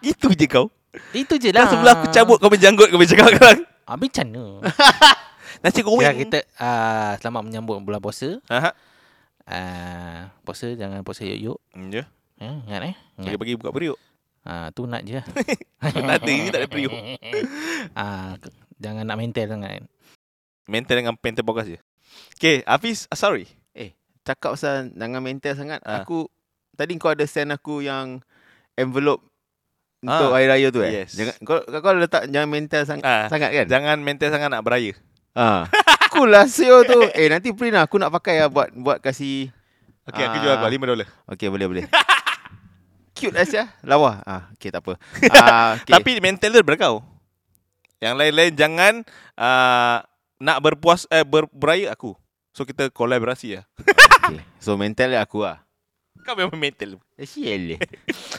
B: Itu je kau
G: Itu je
B: Dah
G: lah. Ah,
B: sebelah aku cabut kau menjanggut kau bercakap sekarang.
G: Habis macam mana?
B: Nasi goreng.
G: Ya, kita uh, selamat menyambut bulan puasa.
B: Ha.
G: Uh, puasa jangan puasa yuk-yuk.
B: Ya.
G: Ya, ingat eh. Ingat.
B: Pagi-pagi buka periuk.
G: Ah, tu nak je.
B: tak ada ini tak ada periuk.
G: Ah, ke- jangan nak mental sangat. kan?
B: Mental dengan pentel bokas je. Okay, Hafiz ah, Asari.
F: Cakap pasal jangan mental sangat.
B: Ah.
F: Aku tadi kau ada send aku yang envelope
B: Ah,
F: untuk hari raya tu eh.
B: yes.
F: Jangan kau kau letak jangan mental sang,
B: Ah,
F: sangat kan?
B: Jangan mental sangat nak beraya.
F: Ha. Cool lah sio tu. Eh nanti print lah aku nak pakai lah buat buat kasih.
B: Okay, aku
F: Ah.
B: jual kau 5 dolar.
F: Okey boleh boleh. Cute lah Sia. Lawa. Ah, okey tak apa. Ah, okey.
B: Tapi mental dia daripada kau. Yang lain-lain jangan uh, nak berpuas eh, ber, beraya aku. So kita kolaborasi lah.
F: okay. so mental dia aku ah.
B: Kau memang mental.
F: Eh, Sial.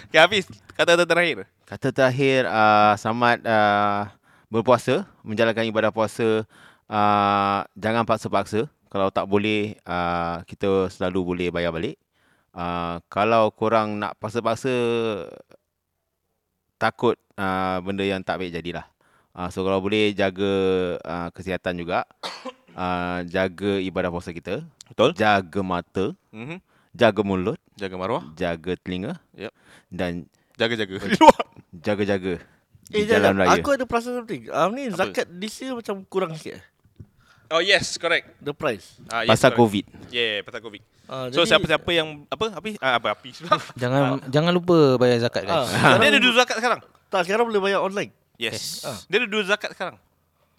B: Okay, Hafiz, kata-kata terakhir.
F: Kata terakhir uh, selamat uh, berpuasa, menjalankan ibadah puasa. Uh, jangan paksa-paksa. Kalau tak boleh uh, kita selalu boleh bayar balik. Uh, kalau korang nak paksa-paksa takut uh, benda yang tak baik jadilah. Uh, so kalau boleh jaga uh, kesihatan juga. Uh, jaga ibadah puasa kita.
B: Betul.
F: Jaga mata,
B: Mm-hmm.
F: jaga mulut,
B: Jaga maruah.
F: jaga telinga.
B: Yep.
F: Dan
B: Jaga-jaga.
F: jaga-jaga
A: Eh,
F: di jalan
A: jangan.
F: raya.
A: Aku ada perasaan something. Ah ni
B: Apa?
A: zakat this year macam kurang sikit. eh,
B: oh yes, correct.
A: The price.
B: Ah, yes,
F: Pasal
B: correct.
F: COVID.
B: Yeah, pasal COVID.
A: Ah,
B: So
A: jadi-
B: siapa-siapa yang apa api ah, apa api. Ah.
G: Jangan jangan lupa bayar zakat guys.
A: Ah,
B: dia ada
A: sekarang,
B: dua zakat sekarang.
A: tak sekarang boleh bayar online.
B: Ha. Yes. Ha. Dia ada dua zakat sekarang.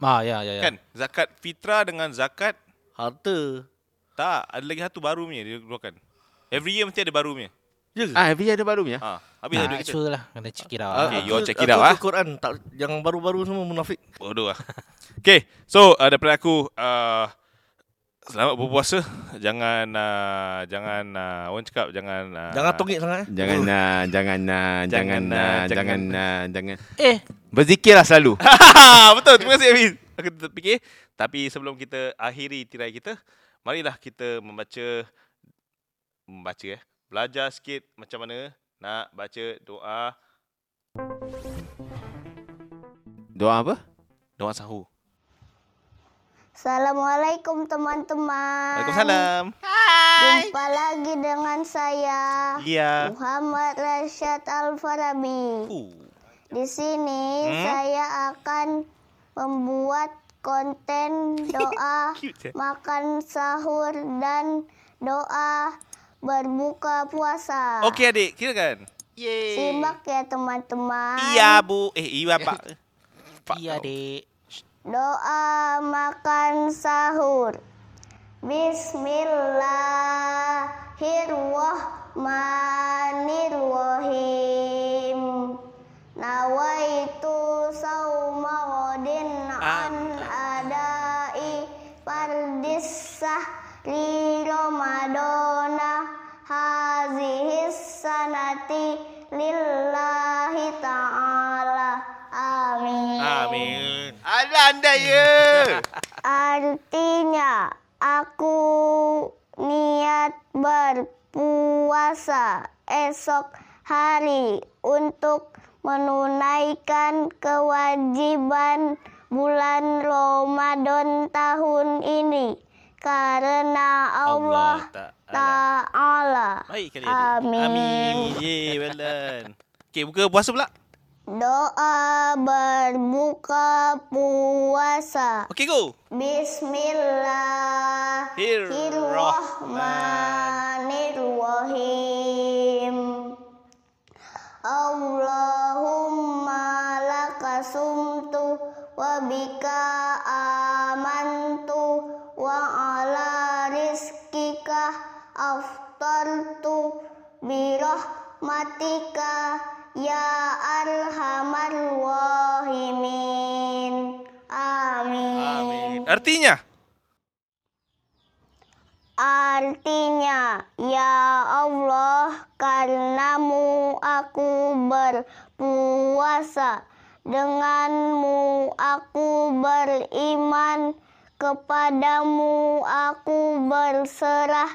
G: Ah, ya ya ya.
B: Kan? Zakat fitrah dengan zakat
A: Harta.
B: tak ada lagi satu baru punya dia keluarkan. Every year mesti ada baru punya.
A: Ya ke?
F: Ah, every year ada baru punya.
B: Ha, habis ada
G: Nah,
B: duit kita.
G: sure lah. Kena check it out.
A: Ah,
B: Okay,
A: aku-
B: you all check it
A: aku
B: out,
A: ikut
B: ah.
A: Quran tak yang baru-baru semua munafik.
B: Bodoh lah. Okay, so uh, daripada aku uh, selamat berpuasa. Jangan uh, jangan uh, orang cakap jangan uh,
A: Jangan tongik sangat eh.
F: Jangan uh, jangan uh, jangan uh,
B: Jangan,
F: jangan
B: jangan.
F: uh, jangan.
G: Eh,
F: Berzikirlah selalu.
B: Betul, terima kasih Hafiz. Aku terfikir. Tapi sebelum kita akhiri tirai kita, marilah kita membaca membaca eh. Belajar sikit macam mana nak baca doa
F: Doa apa?
B: doa sahur.
H: Assalamualaikum teman-teman.
B: Waalaikumsalam.
H: Jumpa lagi dengan saya
B: Ya.
H: Muhammad Rashad Al-Farabi. Di sini
F: Hmm?
H: saya akan membuat konten doa
B: Cute eh.
H: makan sahur dan doa berbuka puasa.
B: Okey adik, kirakan.
H: Simak ya teman-teman.
B: Iya bu. Eh, iya pak.
G: iya dek.
H: Doa makan sahur. Bismillahirrahmanirrahim. Nawaitu sauma wadin an adai fardis sahri Ramadana hazihis sanati lillahi ta'ala. Amin.
B: Amin.
F: Alah Pandai ya.
H: Artinya aku niat berpuasa esok hari untuk menunaikan kewajiban bulan Ramadan tahun ini karena
B: Allah
H: Allah,
B: Ta'ala.
H: Ta'ala.
B: Baik kali adik.
H: Amin.
B: Amin. Yeay, well done. Okay, buka puasa pula.
H: Doa berbuka puasa.
B: Okay, go.
H: Bismillahirrahmanirrahim. Allahumma lakasumtu wa bika amantu wa ala rizkika aftartu birahmatika ya arhamar rahimin. Amin.
B: Artinya,
H: Artinya, ya Allah, karenamu aku berpuasa. Denganmu aku beriman, kepadamu aku berserah,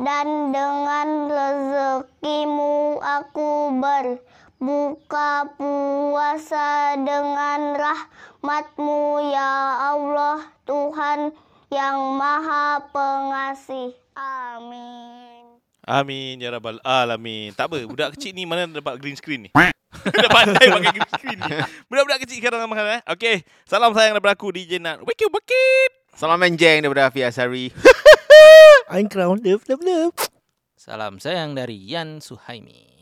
H: dan dengan rezekimu aku berbuka puasa dengan rahmatmu ya Allah Tuhan yang maha pengasih. Amin.
B: Amin ya rabbal alamin. Tak apa, budak kecil ni mana dapat green screen ni? Dah pandai pakai green screen ni. Budak-budak kecil sekarang nama eh. Okey, salam sayang daripada aku DJ Nat. Wiki wiki.
F: Salam menjeng daripada Afi Asari.
A: I'm crown love love love.
G: Salam sayang dari Yan Suhaimi.